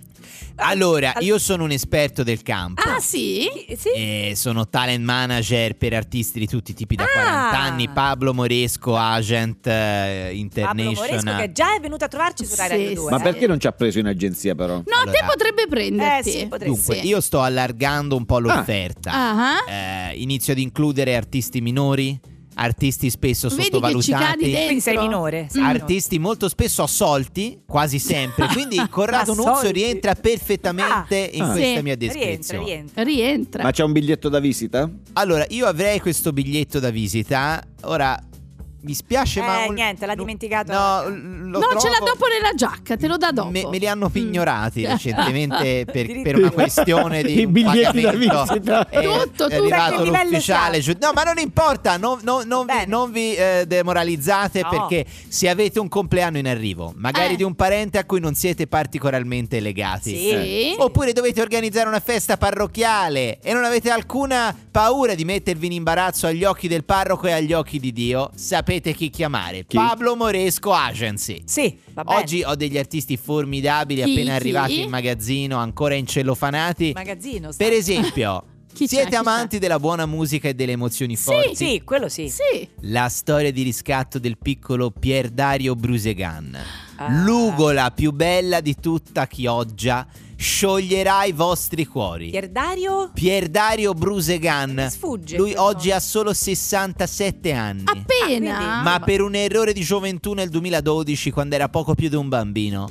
[SPEAKER 1] Allora, io eh, sono un esperto del campo.
[SPEAKER 3] Ah, sì?
[SPEAKER 2] Sì?
[SPEAKER 1] E sono talent manager per artisti di tutti i tipi da
[SPEAKER 2] Ah.
[SPEAKER 1] 40 anni. Pablo Moresco, agent eh,
[SPEAKER 2] Pablo Moresco
[SPEAKER 1] international.
[SPEAKER 2] che già è venuto a trovarci su Rai
[SPEAKER 3] Sì,
[SPEAKER 2] Radio eh. 2.
[SPEAKER 4] Ma
[SPEAKER 3] Beh.
[SPEAKER 4] perché non ci ha preso in agenzia però?
[SPEAKER 3] No,
[SPEAKER 1] Allora-
[SPEAKER 3] te potrebbe prenderti.
[SPEAKER 2] Eh, sì, potresti.
[SPEAKER 1] Dunque,
[SPEAKER 3] Sì.
[SPEAKER 1] io sto allargando un po' l'offerta.
[SPEAKER 3] Ah.
[SPEAKER 1] Eh, inizio ad includere artisti minori, artisti spesso
[SPEAKER 3] Vedi che ci
[SPEAKER 1] sottovalutati.
[SPEAKER 3] cadi dentro.
[SPEAKER 2] Quindi sei minore. sei
[SPEAKER 3] Mm.
[SPEAKER 2] minore.
[SPEAKER 1] artisti molto spesso assolti, quasi sempre. Quindi Corrado
[SPEAKER 2] Assolti.
[SPEAKER 1] Nuzio rientra perfettamente in
[SPEAKER 4] Ah.
[SPEAKER 1] questa
[SPEAKER 3] Ah, Sì.
[SPEAKER 1] mia
[SPEAKER 2] Rientra,
[SPEAKER 1] descrizione.
[SPEAKER 2] rientra.
[SPEAKER 3] Rientra.
[SPEAKER 4] Ma c'è un biglietto da visita?
[SPEAKER 1] Allora, io avrei questo biglietto da visita. Ora Mi spiace, ma.
[SPEAKER 2] Eh,
[SPEAKER 1] un-
[SPEAKER 2] niente, l'ha
[SPEAKER 1] no-
[SPEAKER 2] dimenticato.
[SPEAKER 1] No, l- lo
[SPEAKER 3] no, ce l'ha
[SPEAKER 1] trovo-
[SPEAKER 3] dopo nella giacca, te lo dà dopo.
[SPEAKER 1] Me, me li hanno pignorati
[SPEAKER 3] Mm.
[SPEAKER 1] recentemente per, per
[SPEAKER 2] Addirittura.
[SPEAKER 1] una questione di
[SPEAKER 4] I
[SPEAKER 1] un
[SPEAKER 4] biglietti da
[SPEAKER 1] pagamento. Eh,
[SPEAKER 4] visita.
[SPEAKER 1] È-
[SPEAKER 3] Tutto,
[SPEAKER 1] è
[SPEAKER 3] tutto.
[SPEAKER 1] arrivato
[SPEAKER 2] Perché il livello
[SPEAKER 1] l'ufficiale. giu- No, ma non importa, non, non- non vi,
[SPEAKER 2] Bene.
[SPEAKER 1] non vi, eh, demoralizzate
[SPEAKER 2] No.
[SPEAKER 1] perché se avete un compleanno in arrivo, magari
[SPEAKER 3] Eh.
[SPEAKER 1] di un parente a cui non siete particolarmente legati.
[SPEAKER 3] Sì.
[SPEAKER 1] Ah, Eh. Oppure dovete organizzare una festa parrocchiale e non avete alcuna paura di mettervi in imbarazzo agli occhi del parroco e agli occhi di Dio. Sapete chi chiamare?
[SPEAKER 4] Chi?
[SPEAKER 1] Pablo Moresco Agency.
[SPEAKER 2] Sì, va bene.
[SPEAKER 1] Oggi ho degli artisti formidabili
[SPEAKER 3] Chi,
[SPEAKER 1] appena
[SPEAKER 3] chi?
[SPEAKER 1] arrivati in magazzino, ancora incellofanati.
[SPEAKER 2] magazzino. sta-
[SPEAKER 1] Per esempio,
[SPEAKER 3] Chi c'è, chi
[SPEAKER 1] siete
[SPEAKER 3] c'è?
[SPEAKER 1] amanti della buona musica e delle emozioni
[SPEAKER 3] Sì.
[SPEAKER 1] forti?
[SPEAKER 2] Sì, quello sì.
[SPEAKER 3] Sì.
[SPEAKER 1] La storia di riscatto del piccolo Pier Dario Brusegan.
[SPEAKER 2] Ah.
[SPEAKER 1] L'ugola più bella di tutta Chioggia scioglierà i vostri cuori.
[SPEAKER 2] Pier Dario
[SPEAKER 1] Pier Dario Brusegan.
[SPEAKER 2] Mi sfugge
[SPEAKER 1] Lui
[SPEAKER 2] questo.
[SPEAKER 1] oggi ha solo 67 anni.
[SPEAKER 3] Appena.
[SPEAKER 2] Ah,
[SPEAKER 1] Ma per un errore di gioventù nel 2012, quando era poco più di un bambino,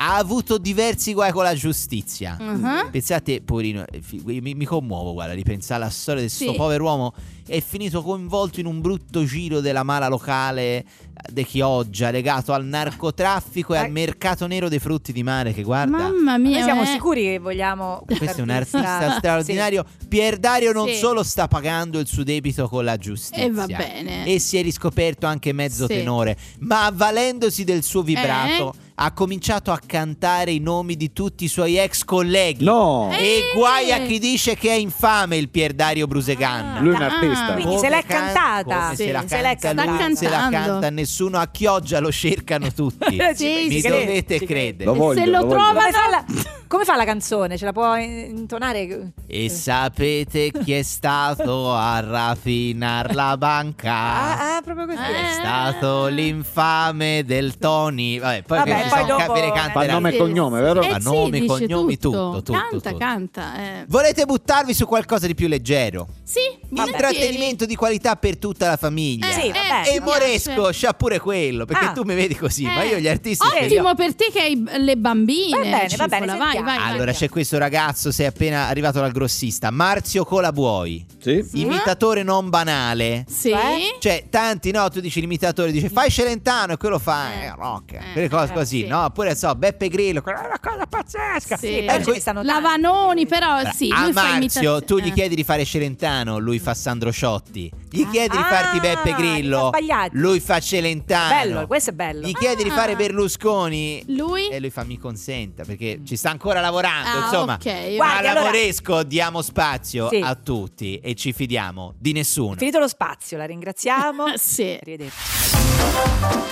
[SPEAKER 1] ha avuto diversi guai con la
[SPEAKER 2] Mm.
[SPEAKER 1] giustizia.
[SPEAKER 3] Mhm.
[SPEAKER 1] Pensate, poverino, eh, fi- mi, mi commuovo, guarda, ripensare alla storia di questo
[SPEAKER 3] Sì.
[SPEAKER 1] povero uomo. È finito coinvolto in un brutto giro della mala locale eh, di Chioggia, legato al narcotraffico e
[SPEAKER 2] Eh.
[SPEAKER 1] al mercato nero dei frutti di mare. Che guarda.
[SPEAKER 3] Mamma mia.
[SPEAKER 2] Noi siamo
[SPEAKER 3] eh.
[SPEAKER 2] sicuri che vogliamo
[SPEAKER 1] Questo è un artista straordinario. Pier Dario non
[SPEAKER 3] Sì.
[SPEAKER 1] solo sta pagando il suo debito con la giustizia,
[SPEAKER 3] E Eh, va bene.
[SPEAKER 1] e si è riscoperto anche mezzo
[SPEAKER 3] Sì. Eh.
[SPEAKER 1] tenore, ma avvalendosi del suo vibrato ha cominciato a cantare i nomi di tutti i suoi ex colleghi.
[SPEAKER 4] No,
[SPEAKER 3] Eh.
[SPEAKER 1] E guai a chi dice che è infame il Pier Dario Brusegan.
[SPEAKER 4] lui è un
[SPEAKER 3] Ah.
[SPEAKER 4] artista.
[SPEAKER 2] Quindi
[SPEAKER 1] Come
[SPEAKER 2] se l'è
[SPEAKER 1] can-
[SPEAKER 2] cantata.
[SPEAKER 1] come
[SPEAKER 3] Sì.
[SPEAKER 1] se, la
[SPEAKER 2] Se l'è
[SPEAKER 1] canta lui,
[SPEAKER 3] cantata.
[SPEAKER 1] non se la
[SPEAKER 3] Sta
[SPEAKER 1] canta
[SPEAKER 3] cantando.
[SPEAKER 1] nessuno a Chioggia lo cercano tutti.
[SPEAKER 2] Sì,
[SPEAKER 3] sì,
[SPEAKER 1] Mi
[SPEAKER 3] sì.
[SPEAKER 1] dovete
[SPEAKER 2] Ci
[SPEAKER 1] credere.
[SPEAKER 4] Lo voglio,
[SPEAKER 3] se lo,
[SPEAKER 4] lo voglio.
[SPEAKER 3] trova
[SPEAKER 2] Come fa, la, come fa la canzone? Ce la può intonare?
[SPEAKER 1] E sapete chi è stato a rapinare la banca?
[SPEAKER 2] Ah, ah, proprio così.
[SPEAKER 1] È
[SPEAKER 3] Eh.
[SPEAKER 1] stato l'infame del Tony. Vabbè, poi,
[SPEAKER 2] Vabbè,
[SPEAKER 1] questi
[SPEAKER 2] poi
[SPEAKER 1] sono
[SPEAKER 2] dopo-
[SPEAKER 1] ca- ve ne
[SPEAKER 4] Fa
[SPEAKER 1] canterà.
[SPEAKER 4] nome e cognome, vero?
[SPEAKER 3] Eh
[SPEAKER 1] Fa
[SPEAKER 3] sì,
[SPEAKER 1] nome,
[SPEAKER 3] dice
[SPEAKER 1] cognomi, tutto, tutto,
[SPEAKER 3] Canta,
[SPEAKER 1] tutto.
[SPEAKER 3] canta. eh.
[SPEAKER 1] Volete buttarvi su qualcosa di più leggero?
[SPEAKER 3] Sì, volentieri.
[SPEAKER 1] Intrattenimento di qualità per tutta la famiglia.
[SPEAKER 3] Eh,
[SPEAKER 2] Sì,
[SPEAKER 3] eh,
[SPEAKER 2] vabbè.
[SPEAKER 3] ci
[SPEAKER 1] E
[SPEAKER 2] mi
[SPEAKER 1] Moresco c'ha pure quello, perché
[SPEAKER 2] Ah.
[SPEAKER 1] tu mi vedi così, ma
[SPEAKER 3] Eh,
[SPEAKER 1] io gli artisti ce li ho.
[SPEAKER 3] Ottimo per te che hai b- le bambine.
[SPEAKER 2] Va bene,
[SPEAKER 3] Cipolla,
[SPEAKER 2] va bene,
[SPEAKER 3] vai,
[SPEAKER 2] sentiamo.
[SPEAKER 3] vai, vai.
[SPEAKER 1] Allora c'è questo ragazzo, sei appena arrivato dal grossista, Marzio Colabuoi,
[SPEAKER 4] Sì.
[SPEAKER 3] Sì.
[SPEAKER 1] imitatore non banale.
[SPEAKER 3] Sì.
[SPEAKER 2] Beh.
[SPEAKER 1] Cioè, tanti, no? Tu dici l'imitatore, dice fai Celentano e quello fa
[SPEAKER 3] Eh.
[SPEAKER 1] eh, rock,
[SPEAKER 3] Eh,
[SPEAKER 1] quelle cose
[SPEAKER 3] eh,
[SPEAKER 1] così,
[SPEAKER 3] sì.
[SPEAKER 1] no? Oppure, so, Beppe Grillo, quella è una cosa pazzesca.
[SPEAKER 3] Sì.
[SPEAKER 2] Sì,
[SPEAKER 1] Ecco,
[SPEAKER 2] poi ce ne stanno tanti.
[SPEAKER 3] Lavanoni, però sì.
[SPEAKER 1] a
[SPEAKER 3] lui fa
[SPEAKER 1] Marzio,
[SPEAKER 3] imitazione.
[SPEAKER 1] tu gli
[SPEAKER 3] Eh.
[SPEAKER 1] chiedi di fare Celentano, lui fa Sandro Sciotti. Gli chiedi di
[SPEAKER 2] Ah,
[SPEAKER 1] farti Beppe
[SPEAKER 2] li fa
[SPEAKER 1] Grillo,
[SPEAKER 2] sbagliati.
[SPEAKER 1] lui fa Celentano.
[SPEAKER 2] Bello, questo è bello.
[SPEAKER 1] Gli chiedi di
[SPEAKER 3] Ah.
[SPEAKER 1] fare Berlusconi.
[SPEAKER 3] Lui?
[SPEAKER 1] E lui fa mi consenta perché ci sta ancora lavorando.
[SPEAKER 3] Ah,
[SPEAKER 1] insomma,
[SPEAKER 3] ok.
[SPEAKER 1] Ma
[SPEAKER 2] Mm. Guardi,
[SPEAKER 1] alla
[SPEAKER 2] allora-
[SPEAKER 1] Moresco diamo spazio
[SPEAKER 2] Sì.
[SPEAKER 1] a tutti e ci fidiamo di nessuno.
[SPEAKER 2] Finito lo spazio, la ringraziamo.
[SPEAKER 3] Sì.
[SPEAKER 2] Arrivederci.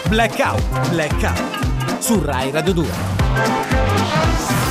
[SPEAKER 5] Blackout, blackout su Rai Radio 2.